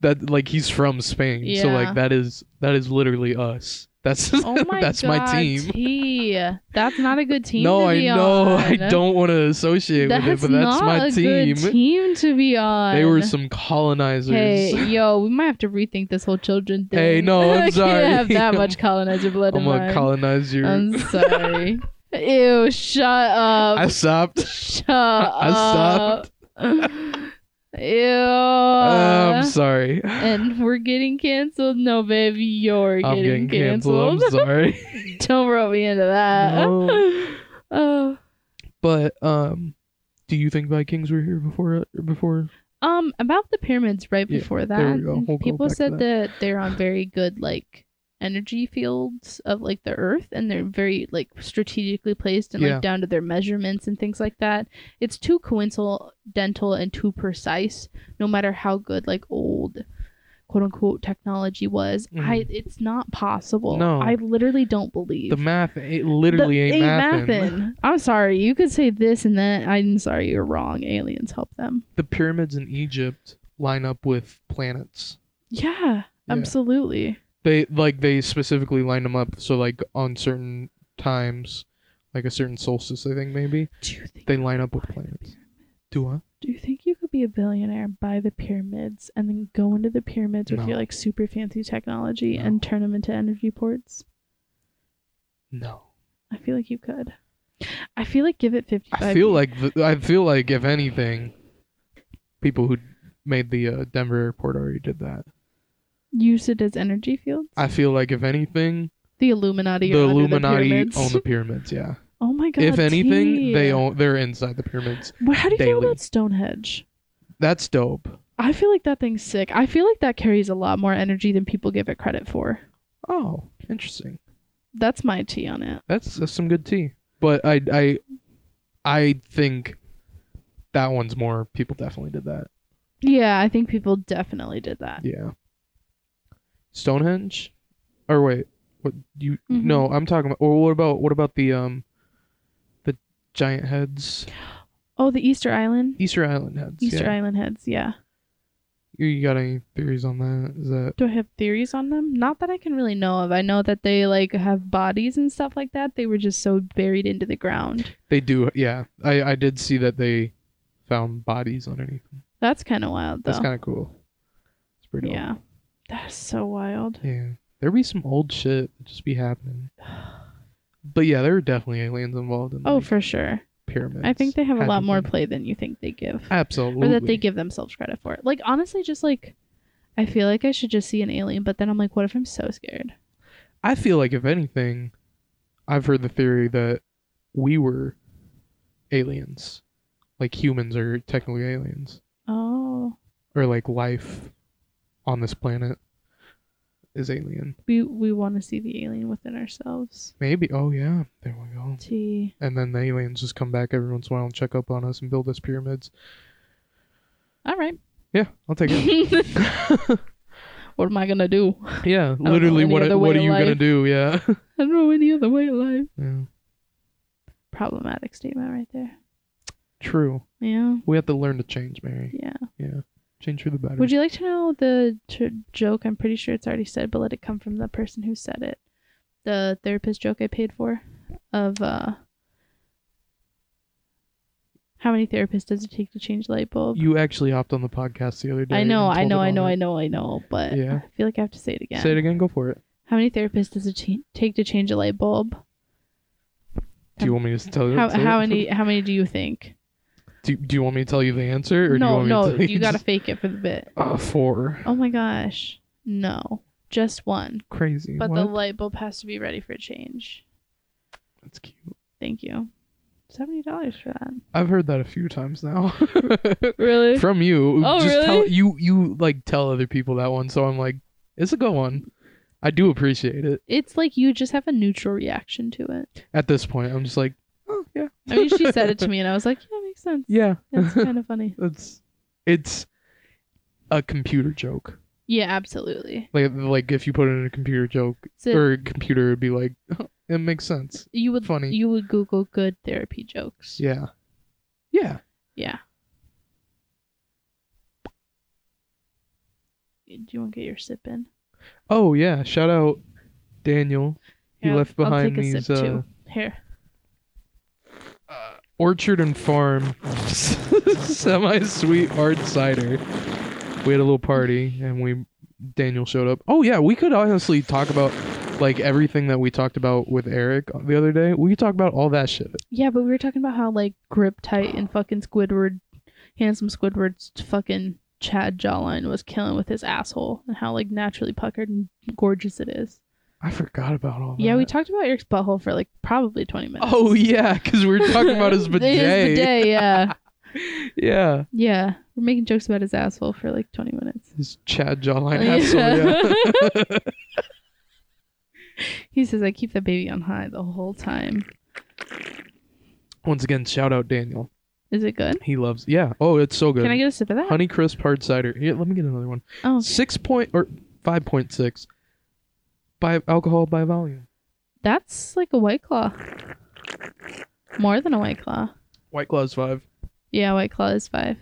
Speaker 1: that. Like he's from Spain. So
Speaker 2: Yeah.
Speaker 1: like that is that is literally us. That's
Speaker 2: Oh my
Speaker 1: that's
Speaker 2: god.
Speaker 1: my team.
Speaker 2: T. That's not a good team.
Speaker 1: no,
Speaker 2: to
Speaker 1: I
Speaker 2: be
Speaker 1: know.
Speaker 2: On.
Speaker 1: I don't want to associate
Speaker 2: That's
Speaker 1: with it, but that's
Speaker 2: not
Speaker 1: my
Speaker 2: a
Speaker 1: team.
Speaker 2: good team to be on.
Speaker 1: They were some colonizers.
Speaker 2: Hey, yo, we might have to rethink this whole children thing.
Speaker 1: Hey, no, I'm
Speaker 2: I
Speaker 1: sorry.
Speaker 2: Can't have that much colonizer blood
Speaker 1: I'm
Speaker 2: in
Speaker 1: gonna
Speaker 2: mine.
Speaker 1: colonize your.
Speaker 2: I'm sorry. Ew, shut up.
Speaker 1: I stopped.
Speaker 2: shut
Speaker 1: I Um,
Speaker 2: up.
Speaker 1: stopped.
Speaker 2: Ew.
Speaker 1: I'm Um, sorry.
Speaker 2: and Uh, we're getting canceled. No, babe, you're
Speaker 1: I'm
Speaker 2: getting,
Speaker 1: getting canceled. I'm sorry.
Speaker 2: Don't rope me into that.
Speaker 1: No.
Speaker 2: Oh.
Speaker 1: But um, do you think Vikings were here before before?
Speaker 2: Um, about the pyramids right
Speaker 1: Yeah,
Speaker 2: before
Speaker 1: there
Speaker 2: that,
Speaker 1: we go. We'll go
Speaker 2: people
Speaker 1: back to
Speaker 2: said that. they're on very good like energy fields of like the earth and they're very like strategically placed and
Speaker 1: Yeah.
Speaker 2: like down to their measurements and things like that. It's too coincidental and too precise no matter how good like old quote unquote technology was.
Speaker 1: Mhm.
Speaker 2: I it's not possible.
Speaker 1: No.
Speaker 2: I literally don't believe
Speaker 1: The math it literally ain't, mathin'.
Speaker 2: I'm sorry. You could say this and that. I'm sorry. You're wrong. Aliens help them.
Speaker 1: The pyramids in Egypt line up with planets.
Speaker 2: Yeah,
Speaker 1: Yeah.
Speaker 2: absolutely.
Speaker 1: They like they specifically line them up so like on certain times, like a certain solstice, I think maybe
Speaker 2: Do you think
Speaker 1: they line up with planets. Do I?
Speaker 2: Do you think you could be a billionaire, buy the pyramids, and then go into the pyramids with
Speaker 1: No.
Speaker 2: your like super fancy technology
Speaker 1: No.
Speaker 2: and turn them into energy ports?
Speaker 1: No.
Speaker 2: I feel like you could. I feel like give it fifty.
Speaker 1: I feel like the, I feel like if anything, people who made the uh, Denver airport already did that.
Speaker 2: use it as energy fields.
Speaker 1: I feel like if anything,
Speaker 2: the Illuminati.
Speaker 1: the
Speaker 2: are under
Speaker 1: Illuminati
Speaker 2: The pyramids.
Speaker 1: own the pyramids. Yeah.
Speaker 2: oh my god.
Speaker 1: if anything,
Speaker 2: T.
Speaker 1: they own they're inside the pyramids.
Speaker 2: Well, How do you feel
Speaker 1: daily.
Speaker 2: about Stonehenge?
Speaker 1: That's dope.
Speaker 2: I feel like that thing's sick. I feel like that carries a lot more energy than people give it credit for.
Speaker 1: Oh, interesting.
Speaker 2: That's my tea on it.
Speaker 1: That's, that's some good tea. But I I I think that one's more people definitely did that.
Speaker 2: Yeah, I think people definitely did that.
Speaker 1: Yeah. Stonehenge? Or wait, what you
Speaker 2: Mhm.
Speaker 1: No, I'm talking about or what about what about the um the giant heads?
Speaker 2: Oh, the Easter Island?
Speaker 1: Easter Island heads.
Speaker 2: Easter
Speaker 1: yeah.
Speaker 2: Island heads, yeah.
Speaker 1: You- You got any theories on that? Is that
Speaker 2: Do I have theories on them? Not that I can really know of. I know that they like have bodies and stuff like that. They were just so buried into the ground.
Speaker 1: they do yeah. I I did see that they found bodies underneath.
Speaker 2: That's kind of wild though.
Speaker 1: That's kind of cool. It's pretty.
Speaker 2: yeah. That's so wild.
Speaker 1: Cool. Yeah. There be some old shit that just be happening. But yeah, there are definitely aliens involved in the
Speaker 2: Oh, for sure.
Speaker 1: pyramids.
Speaker 2: I think they have a lot more
Speaker 1: Absolutely.
Speaker 2: play than you think they give.
Speaker 1: Absolutely.
Speaker 2: or that they give themselves credit for. Like honestly, just like I feel like I should just see an alien, but then I'm like, what if I'm so scared?
Speaker 1: I feel like if anything, I've heard the theory that we were aliens, like humans are technically aliens,
Speaker 2: Oh,
Speaker 1: or like life on this planet is alien.
Speaker 2: we we want to see the alien within ourselves.
Speaker 1: Maybe. Oh yeah. There we go.
Speaker 2: T.
Speaker 1: And then the aliens just come back every once in a while and check up on us and build us pyramids.
Speaker 2: All right.
Speaker 1: Yeah, I'll take it.
Speaker 2: what am I gonna do?
Speaker 1: yeah,
Speaker 2: know
Speaker 1: literally.
Speaker 2: any
Speaker 1: What
Speaker 2: Oh, other way
Speaker 1: what are
Speaker 2: of
Speaker 1: you gonna
Speaker 2: life.
Speaker 1: do? Yeah.
Speaker 2: I don't know any other way of life.
Speaker 1: yeah.
Speaker 2: Problematic statement right there.
Speaker 1: True.
Speaker 2: Yeah.
Speaker 1: We have to learn to change, Mary.
Speaker 2: Yeah.
Speaker 1: Yeah. Change for the better.
Speaker 2: Would you like to know the tr joke? I'm pretty sure it's already said, but let it come from the person who said it. The therapist joke I paid for of uh how many therapists does it take to change a light bulb?
Speaker 1: You actually hopped on the podcast the other day.
Speaker 2: I know,
Speaker 1: and
Speaker 2: I
Speaker 1: told
Speaker 2: know,
Speaker 1: it
Speaker 2: I
Speaker 1: on
Speaker 2: know,
Speaker 1: it.
Speaker 2: I know, I know, but
Speaker 1: Yeah.
Speaker 2: I feel like I have to say it again.
Speaker 1: Say it again. Go for it.
Speaker 2: How many therapists does it ch- take to change a light bulb?
Speaker 1: Do you want me to s- tell you?
Speaker 2: How
Speaker 1: say
Speaker 2: how
Speaker 1: it?
Speaker 2: many how many do you think?
Speaker 1: Do, do you want me to tell you the answer, or do you
Speaker 2: No,
Speaker 1: want me
Speaker 2: no,
Speaker 1: to tell
Speaker 2: you gotta fake it for the bit.
Speaker 1: Uh, four.
Speaker 2: Oh my gosh. No, just one.
Speaker 1: Crazy.
Speaker 2: But
Speaker 1: what?
Speaker 2: the light bulb has to be ready for change.
Speaker 1: That's cute.
Speaker 2: Thank you. Seventy dollars for that.
Speaker 1: I've heard that a few times now.
Speaker 2: Really?
Speaker 1: From you.
Speaker 2: Oh,
Speaker 1: just tell
Speaker 2: really?
Speaker 1: you you like tell other people that one, so I'm like, it's a good one. I do appreciate it.
Speaker 2: It's like you just have a neutral reaction to it.
Speaker 1: At this point, I'm just like, oh yeah.
Speaker 2: I mean, she said it to me, and I was like, "Yeah, makes sense.
Speaker 1: Yeah.
Speaker 2: That's kind of funny."
Speaker 1: That's it's a computer joke.
Speaker 2: Yeah, absolutely.
Speaker 1: Like like if you put it in a computer joke
Speaker 2: So
Speaker 1: or a computer it'd be like oh, it makes sense.
Speaker 2: you would
Speaker 1: funny.
Speaker 2: you would Google good therapy jokes.
Speaker 1: Yeah. Yeah.
Speaker 2: Yeah. Do you want to get your sip in?
Speaker 1: Oh yeah. Shout out Daniel. He
Speaker 2: Here,
Speaker 1: left
Speaker 2: I'll-
Speaker 1: behind
Speaker 2: I'll take a
Speaker 1: these,
Speaker 2: sip
Speaker 1: uh,
Speaker 2: too. Here,
Speaker 1: Orchard and Farm semi sweet hard cider. We had a little party and we Daniel showed up. Oh yeah, we could honestly talk about like everything that we talked about with Eric the other day. We could talk about all that shit.
Speaker 2: yeah, but we were talking about how like grip tight and fucking Squidward, handsome Squidward's fucking Chad jawline was killing with his asshole, and how like naturally puckered and gorgeous it is.
Speaker 1: I forgot about all that.
Speaker 2: Yeah, we talked about Eric's butthole for like probably twenty minutes.
Speaker 1: Oh yeah, because we were talking about his
Speaker 2: His
Speaker 1: bidet.
Speaker 2: bidet, yeah,
Speaker 1: Yeah,
Speaker 2: yeah. We're making jokes about his asshole for like twenty minutes.
Speaker 1: his Chad jawline
Speaker 2: Yeah.
Speaker 1: asshole. Yeah.
Speaker 2: He says, "I keep the baby on high the whole time."
Speaker 1: Once again, shout out Daniel.
Speaker 2: Is it good?
Speaker 1: He loves. Yeah. Oh, it's so good.
Speaker 2: Can I get a sip of that?
Speaker 1: Honey crisp hard cider. Here, let me get another one.
Speaker 2: Oh,
Speaker 1: Six point or five point six. By alcohol by volume.
Speaker 2: that's like a white claw. More than a white claw.
Speaker 1: White Claw's five.
Speaker 2: Yeah, white claw is five.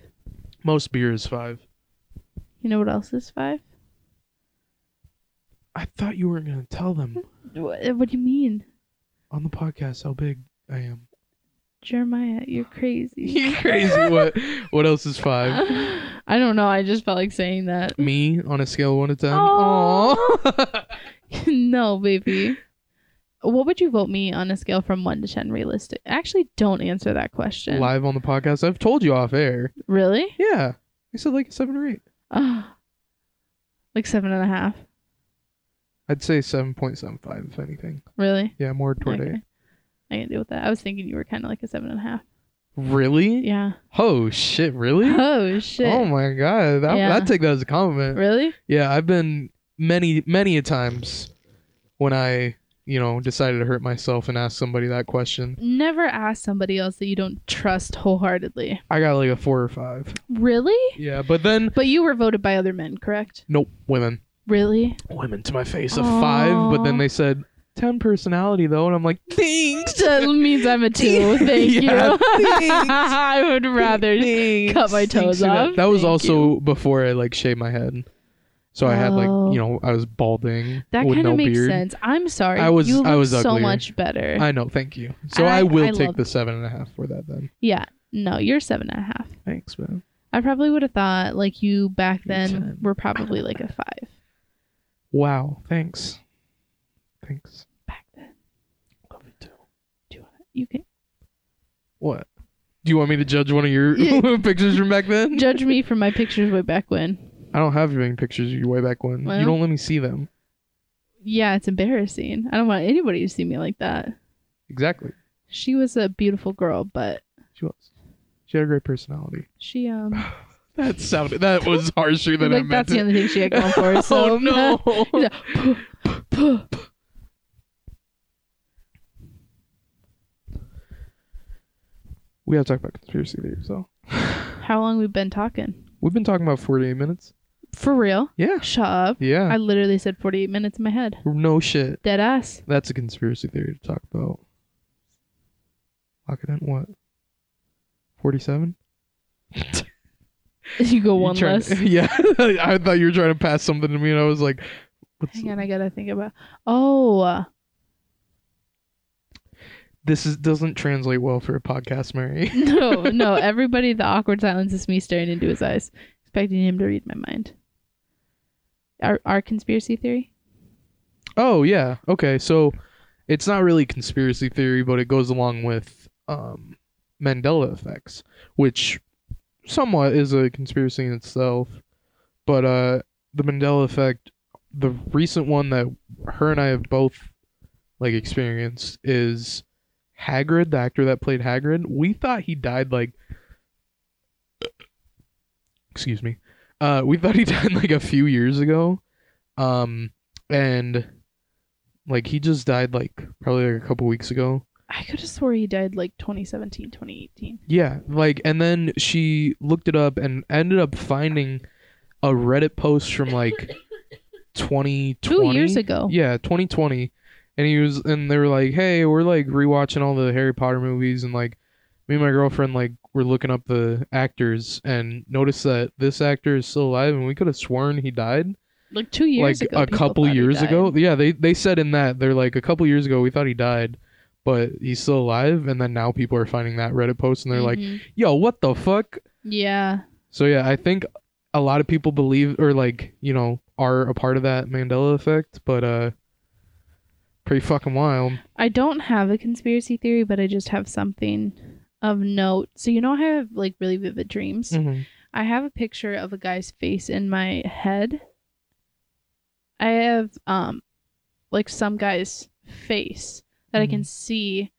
Speaker 1: Most beer is five.
Speaker 2: You know what else is five?
Speaker 1: I thought you weren't gonna tell them
Speaker 2: What, what do you mean,
Speaker 1: on the podcast how big I am.
Speaker 2: Jeremiah? You're crazy.
Speaker 1: You crazy? what? What else is five?
Speaker 2: I don't know. I just felt like saying that.
Speaker 1: Me on a scale of one to ten.
Speaker 2: Aw.
Speaker 1: Aww.
Speaker 2: no, baby. What would you vote me on a scale from one to ten realistic? Actually, don't answer that question.
Speaker 1: Live on the podcast. I've told you off air.
Speaker 2: Really?
Speaker 1: Yeah. I said like a seven or eight.
Speaker 2: Ah. like seven and a half.
Speaker 1: I'd say seven point seven five if anything.
Speaker 2: Really?
Speaker 1: Yeah, more toward
Speaker 2: Okay.
Speaker 1: eight.
Speaker 2: I can deal with that. I was thinking you were kind of like a seven and a half.
Speaker 1: Really?
Speaker 2: Yeah.
Speaker 1: Oh shit, really?
Speaker 2: Oh shit.
Speaker 1: Oh my god. That,
Speaker 2: Yeah.
Speaker 1: I'd take that as a compliment.
Speaker 2: Really?
Speaker 1: Yeah, I've been many, many a times when I, you know, decided to hurt myself and ask somebody that question.
Speaker 2: Never ask somebody else that you don't trust wholeheartedly.
Speaker 1: I got like a four or five.
Speaker 2: Really?
Speaker 1: Yeah, but then
Speaker 2: But you were voted by other men, correct?
Speaker 1: nope, women.
Speaker 2: Really?
Speaker 1: Women to my face a five, but then
Speaker 2: Aw.
Speaker 1: they said ten personality though, and I'm like, thanks.
Speaker 2: That means I'm a two. Thank
Speaker 1: Yeah,
Speaker 2: you.
Speaker 1: thanks.
Speaker 2: I would rather.
Speaker 1: Thanks.
Speaker 2: cut my
Speaker 1: Thanks
Speaker 2: toes
Speaker 1: for that.
Speaker 2: off.
Speaker 1: That was
Speaker 2: Thank
Speaker 1: also before I like shaved my head, so I had like
Speaker 2: Oh.
Speaker 1: you know I was balding
Speaker 2: That
Speaker 1: with
Speaker 2: kind of
Speaker 1: no
Speaker 2: makes
Speaker 1: beard.
Speaker 2: sense. I'm sorry.
Speaker 1: I was-
Speaker 2: You look
Speaker 1: I was
Speaker 2: so
Speaker 1: uglier.
Speaker 2: much better.
Speaker 1: I know, thank you. So
Speaker 2: I-
Speaker 1: I, will
Speaker 2: I
Speaker 1: take
Speaker 2: love-
Speaker 1: the seven and a half for that then.
Speaker 2: yeah. No, you're seven and a half.
Speaker 1: Thanks, man.
Speaker 2: I probably would have thought like you back
Speaker 1: You're
Speaker 2: then
Speaker 1: ten.
Speaker 2: were probably like a five
Speaker 1: Wow, thanks, thanks.
Speaker 2: back then.
Speaker 1: Love you too.
Speaker 2: You can
Speaker 1: What? Do you want me to judge one of your pictures from back then?
Speaker 2: judge me for my pictures way back when.
Speaker 1: I don't have any pictures of you way back when.
Speaker 2: Well.
Speaker 1: you don't let me see them.
Speaker 2: Yeah, it's embarrassing. I don't want anybody to see me like that.
Speaker 1: Exactly.
Speaker 2: She was a beautiful girl, but
Speaker 1: She was. She had a great personality.
Speaker 2: she um
Speaker 1: That sounded. That was harsher than I
Speaker 2: like
Speaker 1: meant.
Speaker 2: that's the
Speaker 1: it.
Speaker 2: only thing she had going for her. So
Speaker 1: oh no.
Speaker 2: She's like, "Puh, puh, puh."
Speaker 1: We have to talk about conspiracy theories, though.
Speaker 2: How long we've been talking?
Speaker 1: We've been talking about 48 minutes.
Speaker 2: For real?
Speaker 1: Yeah.
Speaker 2: Shut up.
Speaker 1: Yeah.
Speaker 2: I literally said 48 minutes in my head.
Speaker 1: no shit.
Speaker 2: Dead ass.
Speaker 1: That's a conspiracy theory to talk about. Lock it in what? 47?
Speaker 2: You go
Speaker 1: You
Speaker 2: one
Speaker 1: trying-
Speaker 2: less.
Speaker 1: yeah. I thought you were trying to pass something to me, and I was like, what's
Speaker 2: Hang on, I gotta think about. Oh, uh,
Speaker 1: this is doesn't translate well for a podcast, Mary.
Speaker 2: no, no. Everybody, the awkward silence is me staring into his eyes, expecting him to read my mind. Our, our conspiracy theory?
Speaker 1: Oh yeah. Okay. So it's not really conspiracy theory, but it goes along with um, Mandela effects, which somewhat is a conspiracy in itself. But uh, the Mandela effect the recent one that her and I have both like experienced is Hagrid, the actor that played Hagrid. We thought he died like excuse me. Uh we thought he died like a few years ago. Um and like he just died like probably like a couple weeks ago.
Speaker 2: I could have swore he died like 2017, 2018.
Speaker 1: Yeah, like and then she looked it up and ended up finding a Reddit post from like 2020.
Speaker 2: Two years ago.
Speaker 1: Yeah, 2020. And he was and they were like, "Hey, we're like rewatching all the Harry Potter movies and like me and my girlfriend like were looking up the actors and noticed that this actor is still alive and we could have sworn he died."
Speaker 2: Like two years
Speaker 1: like
Speaker 2: ago.
Speaker 1: a
Speaker 2: people
Speaker 1: couple
Speaker 2: thought he
Speaker 1: years
Speaker 2: died.
Speaker 1: ago. Yeah, they they said in that they're like a couple years ago we thought he died, but he's still alive. And then now people are finding that Reddit post and they're like,
Speaker 2: Mhm.
Speaker 1: "Yo, what the fuck?"
Speaker 2: yeah.
Speaker 1: So yeah, I think a lot of people believe or like you know are a part of that Mandela effect, but uh, pretty fucking wild.
Speaker 2: I don't have a conspiracy theory, but I just have something of note. So you know I have like really vivid dreams.
Speaker 1: Mm.
Speaker 2: I have a picture of a guy's face in my head. I have um like some guy's face that I
Speaker 1: Mm-hmm.
Speaker 2: can see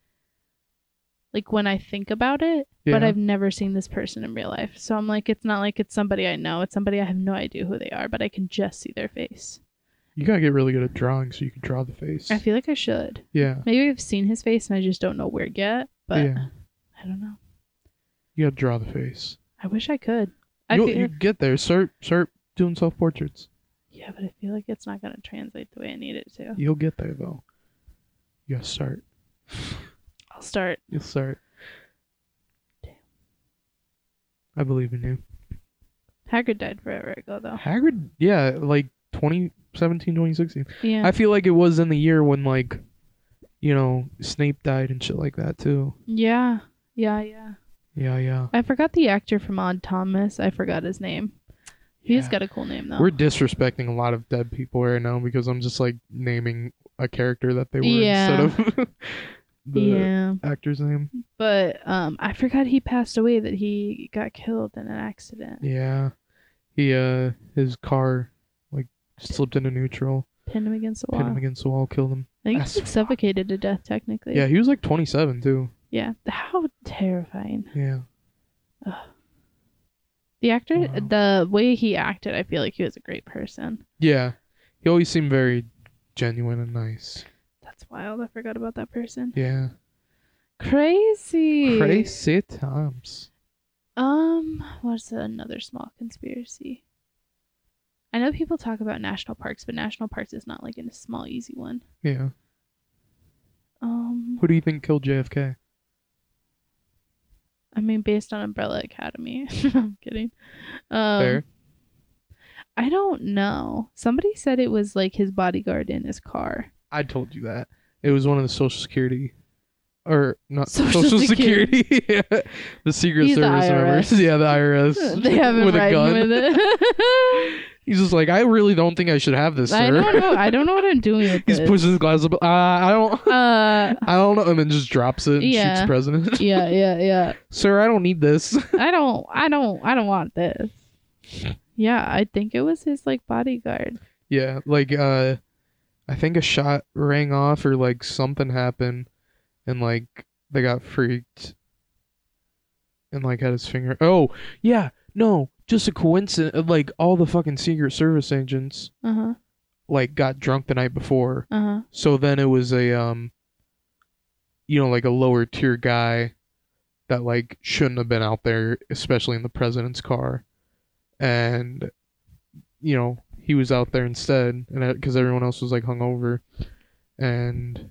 Speaker 2: like when I think about it, but
Speaker 1: Yeah.
Speaker 2: I've never seen this person in real life. So I'm like it's not like it's somebody I know, it's somebody I have no idea who they are, but I can just see their face.
Speaker 1: You gotta get really good at drawing so you can draw the face.
Speaker 2: I feel like I should.
Speaker 1: yeah,
Speaker 2: Maybe I've seen his face and I just don't know where yet, but
Speaker 1: yeah.
Speaker 2: I don't know.
Speaker 1: You gotta draw the face.
Speaker 2: I wish I could. I
Speaker 1: You
Speaker 2: feel,
Speaker 1: you get there. Start start doing self portraits.
Speaker 2: yeah, but I feel like it's not gonna translate the way I need it to.
Speaker 1: You'll get there though. You gotta start.
Speaker 2: I'll start.
Speaker 1: You'll start.
Speaker 2: Damn.
Speaker 1: I believe in you.
Speaker 2: Hagrid died forever ago though.
Speaker 1: Hagrid, yeah, like 2017, 2016.
Speaker 2: Yeah.
Speaker 1: I feel like it was in the year when like, you know, Snape died and shit like that too.
Speaker 2: yeah. Yeah, yeah.
Speaker 1: Yeah, yeah.
Speaker 2: I forgot the actor from Odd Thomas. I forgot his name. He's
Speaker 1: Yeah.
Speaker 2: got a cool name though.
Speaker 1: We're disrespecting a lot of dead people right now because I'm just like naming a character that they were
Speaker 2: Yeah.
Speaker 1: instead of the
Speaker 2: yeah.
Speaker 1: actor's name.
Speaker 2: But um I forgot he passed away that he got killed in an accident.
Speaker 1: Yeah, he uh, his car like slipped into neutral,
Speaker 2: Pinned him against the wall.
Speaker 1: pinned him against the wall, killed him.
Speaker 2: I think he's like,
Speaker 1: That's-
Speaker 2: suffocated to death technically.
Speaker 1: Yeah, he was like 27 too.
Speaker 2: Yeah. How terrifying.
Speaker 1: Yeah.
Speaker 2: The actor,
Speaker 1: Wow.
Speaker 2: the way he acted, I feel like he was a great person.
Speaker 1: Yeah. He always seemed very genuine and nice.
Speaker 2: That's wild. I forgot about that person.
Speaker 1: Yeah.
Speaker 2: Crazy.
Speaker 1: Crazy times.
Speaker 2: Um, what's another small conspiracy? I know people talk about national parks, but national parks is not like a small, easy one.
Speaker 1: Yeah.
Speaker 2: Um,
Speaker 1: Who do you think killed JFK?
Speaker 2: I mean, based on Umbrella Academy. I'm kidding. Um,
Speaker 1: Fair.
Speaker 2: I don't know. Somebody said it was like his bodyguard in his car.
Speaker 1: I told you that. It was one of the Social Security. Or not
Speaker 2: Social
Speaker 1: Social, Security. yeah. The Secret
Speaker 2: He's the
Speaker 1: Service members.
Speaker 2: IRS.
Speaker 1: Yeah, the IRS.
Speaker 2: they have him
Speaker 1: with a
Speaker 2: riding
Speaker 1: gun.
Speaker 2: with it.
Speaker 1: He's just like, I really don't think I should have this,
Speaker 2: I
Speaker 1: sir.
Speaker 2: don't know. I don't know what I'm doing with
Speaker 1: He's
Speaker 2: this.
Speaker 1: pushing his glass up. Uh, I don't.
Speaker 2: uh,
Speaker 1: I don't know, and then just drops it and shoots
Speaker 2: Yeah.
Speaker 1: the president.
Speaker 2: yeah, yeah, yeah.
Speaker 1: Sir, I don't need this.
Speaker 2: I don't, I don't, I don't want this. Yeah, I think it was his like bodyguard.
Speaker 1: Yeah, like uh I think a shot rang off or like something happened and like they got freaked and like had his finger Oh, yeah, no, just a coincidence like all the fucking Secret Service agents
Speaker 2: Uh huh.
Speaker 1: like got drunk the night before.
Speaker 2: Uh huh.
Speaker 1: So then it was a um you know, like a lower tier guy that like shouldn't have been out there, especially in the president's car. And you know, he was out there instead and cuz everyone else was like hungover. And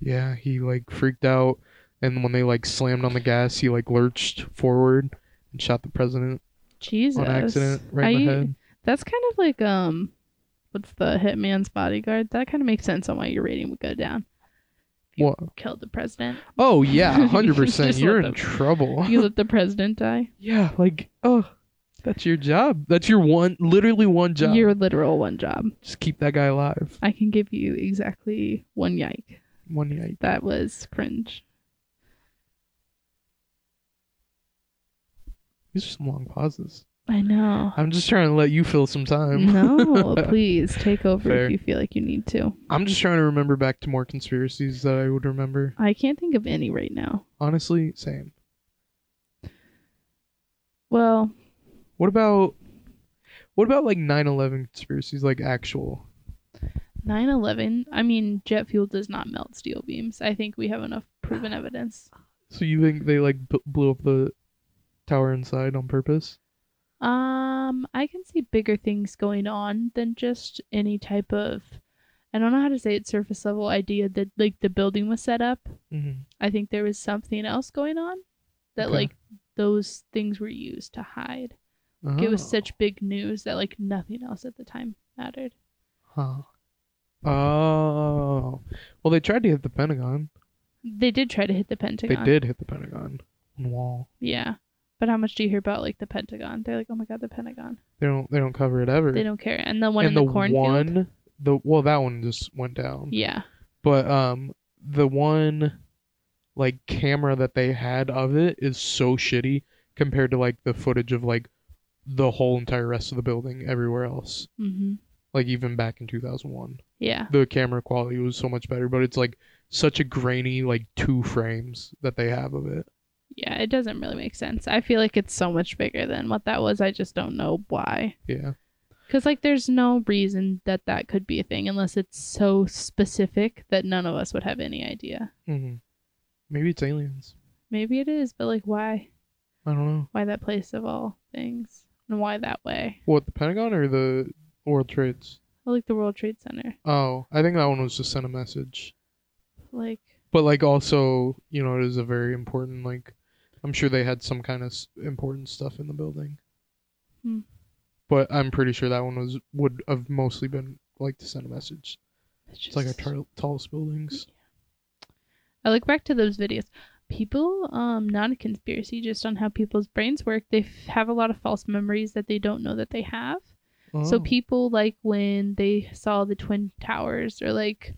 Speaker 1: yeah, he like freaked out and when they like slammed on the gas, he like lurched forward and shot the president
Speaker 2: Jesus.
Speaker 1: on accident right in
Speaker 2: I-
Speaker 1: the head.
Speaker 2: That's kind of like um, what's the hitman's bodyguard? That kind of makes sense on why your rating would go down. you-
Speaker 1: What?
Speaker 2: Killed the president.
Speaker 1: Oh yeah, 100%.
Speaker 2: Just
Speaker 1: You're
Speaker 2: let
Speaker 1: in
Speaker 2: them-
Speaker 1: trouble.
Speaker 2: You let the president die.
Speaker 1: Yeah, like, oh, that's your job. That's your one, literally one job.
Speaker 2: Your literal one job.
Speaker 1: Just keep that guy alive.
Speaker 2: I can give you exactly one yike.
Speaker 1: One night.
Speaker 2: That was cringe.
Speaker 1: These are some long pauses.
Speaker 2: I know.
Speaker 1: I'm just trying to let you fill some time.
Speaker 2: No, please take over
Speaker 1: Fair.
Speaker 2: if you feel like you need to.
Speaker 1: I'm just trying to remember back to more conspiracies that I would remember.
Speaker 2: I can't think of any right now.
Speaker 1: Honestly, same.
Speaker 2: Well,
Speaker 1: What about what about like 9/11 conspiracies like actual?
Speaker 2: 9/11. I mean, jet fuel does not melt steel beams. I think we have enough proven evidence.
Speaker 1: So you think they like b- blew up the tower inside on purpose?
Speaker 2: Um, I can see bigger things going on than just any type of I don't know how to say it surface level idea that like the building was set up.
Speaker 1: Mm-hmm.
Speaker 2: I think there was something else going on that
Speaker 1: Okay.
Speaker 2: like those things were used to hide.
Speaker 1: Mm-hmm.
Speaker 2: Like, It
Speaker 1: Oh.
Speaker 2: was such big news that like nothing else at the time mattered.
Speaker 1: Huh. Oh. Well, they tried to hit the Pentagon.
Speaker 2: They did try to hit the Pentagon.
Speaker 1: They did hit the Pentagon on wall.
Speaker 2: Yeah. But how much do you hear about like the Pentagon? They're like, oh my god, the Pentagon.
Speaker 1: They don't. They don't cover it ever.
Speaker 2: They don't care. And the one
Speaker 1: and
Speaker 2: in the,
Speaker 1: the
Speaker 2: cornfield.
Speaker 1: one, the well, that one just went down.
Speaker 2: Yeah.
Speaker 1: But um, the one, like camera that they had of it is so shitty compared to like the footage of like the whole entire rest of the building everywhere else.
Speaker 2: hmm
Speaker 1: Like even back in two thousand one.
Speaker 2: Yeah.
Speaker 1: the camera quality was so much better, but it's like such a grainy like two frames that they have of it.
Speaker 2: Yeah. It doesn't really make sense. I feel like it's so much bigger than what that was. I just don't know why.
Speaker 1: Yeah.
Speaker 2: Because like, there's no reason that that could be a thing unless it's so specific that none of us would have any idea.
Speaker 1: hmm Maybe it's aliens.
Speaker 2: Maybe it is, but like, why?
Speaker 1: I don't know.
Speaker 2: Why that place of all things? And why that way?
Speaker 1: What the Pentagon or the World Trades?
Speaker 2: Or, like the World Trade Center.
Speaker 1: Oh, I think that one was just sent a message.
Speaker 2: Like,
Speaker 1: But like also, you know, it is a very important like. I'm sure they had some kind of s- important stuff in the building.
Speaker 2: Hmm.
Speaker 1: But I'm pretty sure that one was would have mostly been like to send a message.
Speaker 2: it's,
Speaker 1: It's like our
Speaker 2: just-
Speaker 1: tar- tallest buildings.
Speaker 2: I look back to those videos. People, um, not a conspiracy, just on how people's brains work. They f- have a lot of false memories that they don't know that they have. So
Speaker 1: Oh.
Speaker 2: people like when they saw the twin towers or like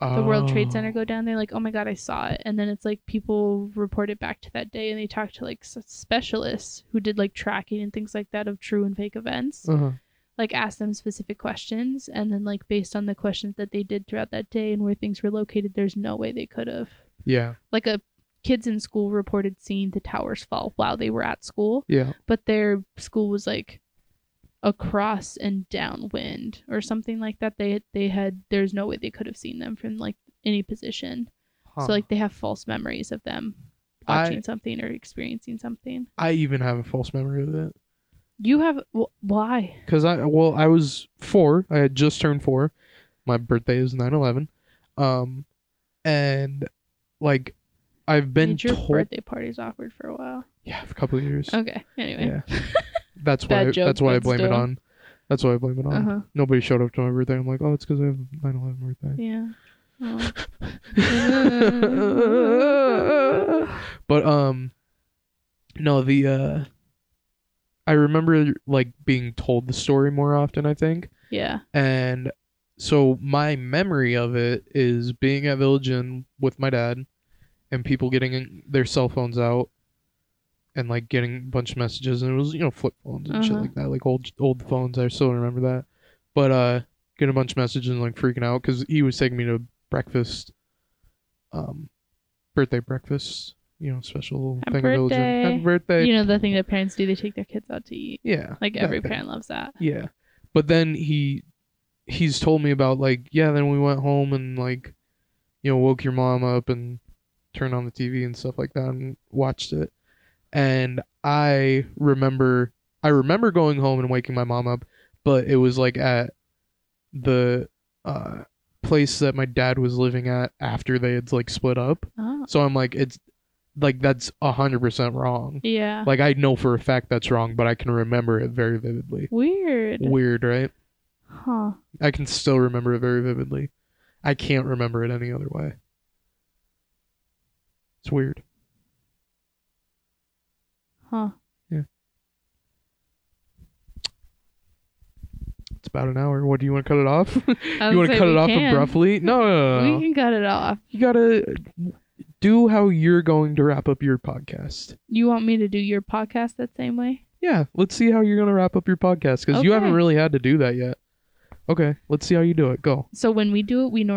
Speaker 2: the World Trade Center
Speaker 1: Oh.
Speaker 2: go down, they're like, "Oh my god, I saw it!" And then it's like people report it back to that day, and they talk to like s- specialists who did like tracking and things like that of true and fake events.
Speaker 1: Uh-huh.
Speaker 2: like ask them specific questions and then like based on the questions that they did throughout that day and where things were located there's no way they could have
Speaker 1: Yeah.
Speaker 2: like a kids in school reported seeing the towers fall while they were at school
Speaker 1: Yeah.
Speaker 2: but their school was like across and downwind or something like that they they had there's no way they could have seen them from like any position
Speaker 1: Huh.
Speaker 2: so like they have false memories of them
Speaker 1: I-
Speaker 2: watching something or experiencing something
Speaker 1: I even have a false memory of it
Speaker 2: you have wh- why
Speaker 1: because I well I was four. I had just turned four. My birthday is 9-11. um, and like I've been
Speaker 2: Made your
Speaker 1: told
Speaker 2: birthday party's awkward for a while
Speaker 1: yeah for a couple of years.
Speaker 2: okay anyway
Speaker 1: Yeah, that's
Speaker 2: Bad
Speaker 1: why
Speaker 2: joke,
Speaker 1: that's why I
Speaker 2: but
Speaker 1: blame it
Speaker 2: still.
Speaker 1: on. That's why I blame it on.
Speaker 2: Uh-huh.
Speaker 1: Nobody showed up to my birthday. I'm like, oh, it's because I have 9/11 birthday.
Speaker 2: Yeah. Oh.
Speaker 1: but um, no, the uh, I remember like being told the story more often. I think.
Speaker 2: yeah.
Speaker 1: And so my memory of it is being at Village Inn with my dad and people getting their cell phones out and like getting a bunch of messages and it was, you know, flip phones and shit
Speaker 2: Uh-huh.
Speaker 1: like that, like old old phones. I still remember that. But uh getting a bunch of messages and like freaking out cuz he was taking me to breakfast um birthday breakfast, you know, special
Speaker 2: Happy
Speaker 1: thing at Village Inn. Happy birthday.
Speaker 2: You know the thing that parents do, they take their kids out to eat.
Speaker 1: yeah.
Speaker 2: Like
Speaker 1: that
Speaker 2: every
Speaker 1: thing.
Speaker 2: parent loves that.
Speaker 1: Yeah. But then he he's told me about like, yeah, then we went home and like you know, woke your mom up and turned on the TV and stuff like that and watched it. And I remember I remember going home and waking my mom up, but it was like at the uh place that my dad was living at after they had like split up.
Speaker 2: Oh.
Speaker 1: So I'm like it's like that's 100% wrong.
Speaker 2: Yeah.
Speaker 1: Like I know for a fact that's wrong, but I can remember it very vividly.
Speaker 2: Weird.
Speaker 1: Weird, right?
Speaker 2: Huh.
Speaker 1: I can still remember it very vividly. I can't remember it any other way. It's weird.
Speaker 2: Huh.
Speaker 1: It's about an hour. What do you want to cut it off?
Speaker 2: I
Speaker 1: you
Speaker 2: was
Speaker 1: want to
Speaker 2: like,
Speaker 1: cut
Speaker 2: we
Speaker 1: it off
Speaker 2: can.
Speaker 1: abruptly? No, no, no,
Speaker 2: We
Speaker 1: no.
Speaker 2: can cut it off.
Speaker 1: You gotta do how you're going to wrap up your podcast.
Speaker 2: You want me to do your podcast that same way?
Speaker 1: Yeah, let's see how you're gonna wrap up your podcast because you haven't
Speaker 2: Okay.
Speaker 1: really had to do that yet. Okay, let's see how you do it. Go.
Speaker 2: So when we do it, we normally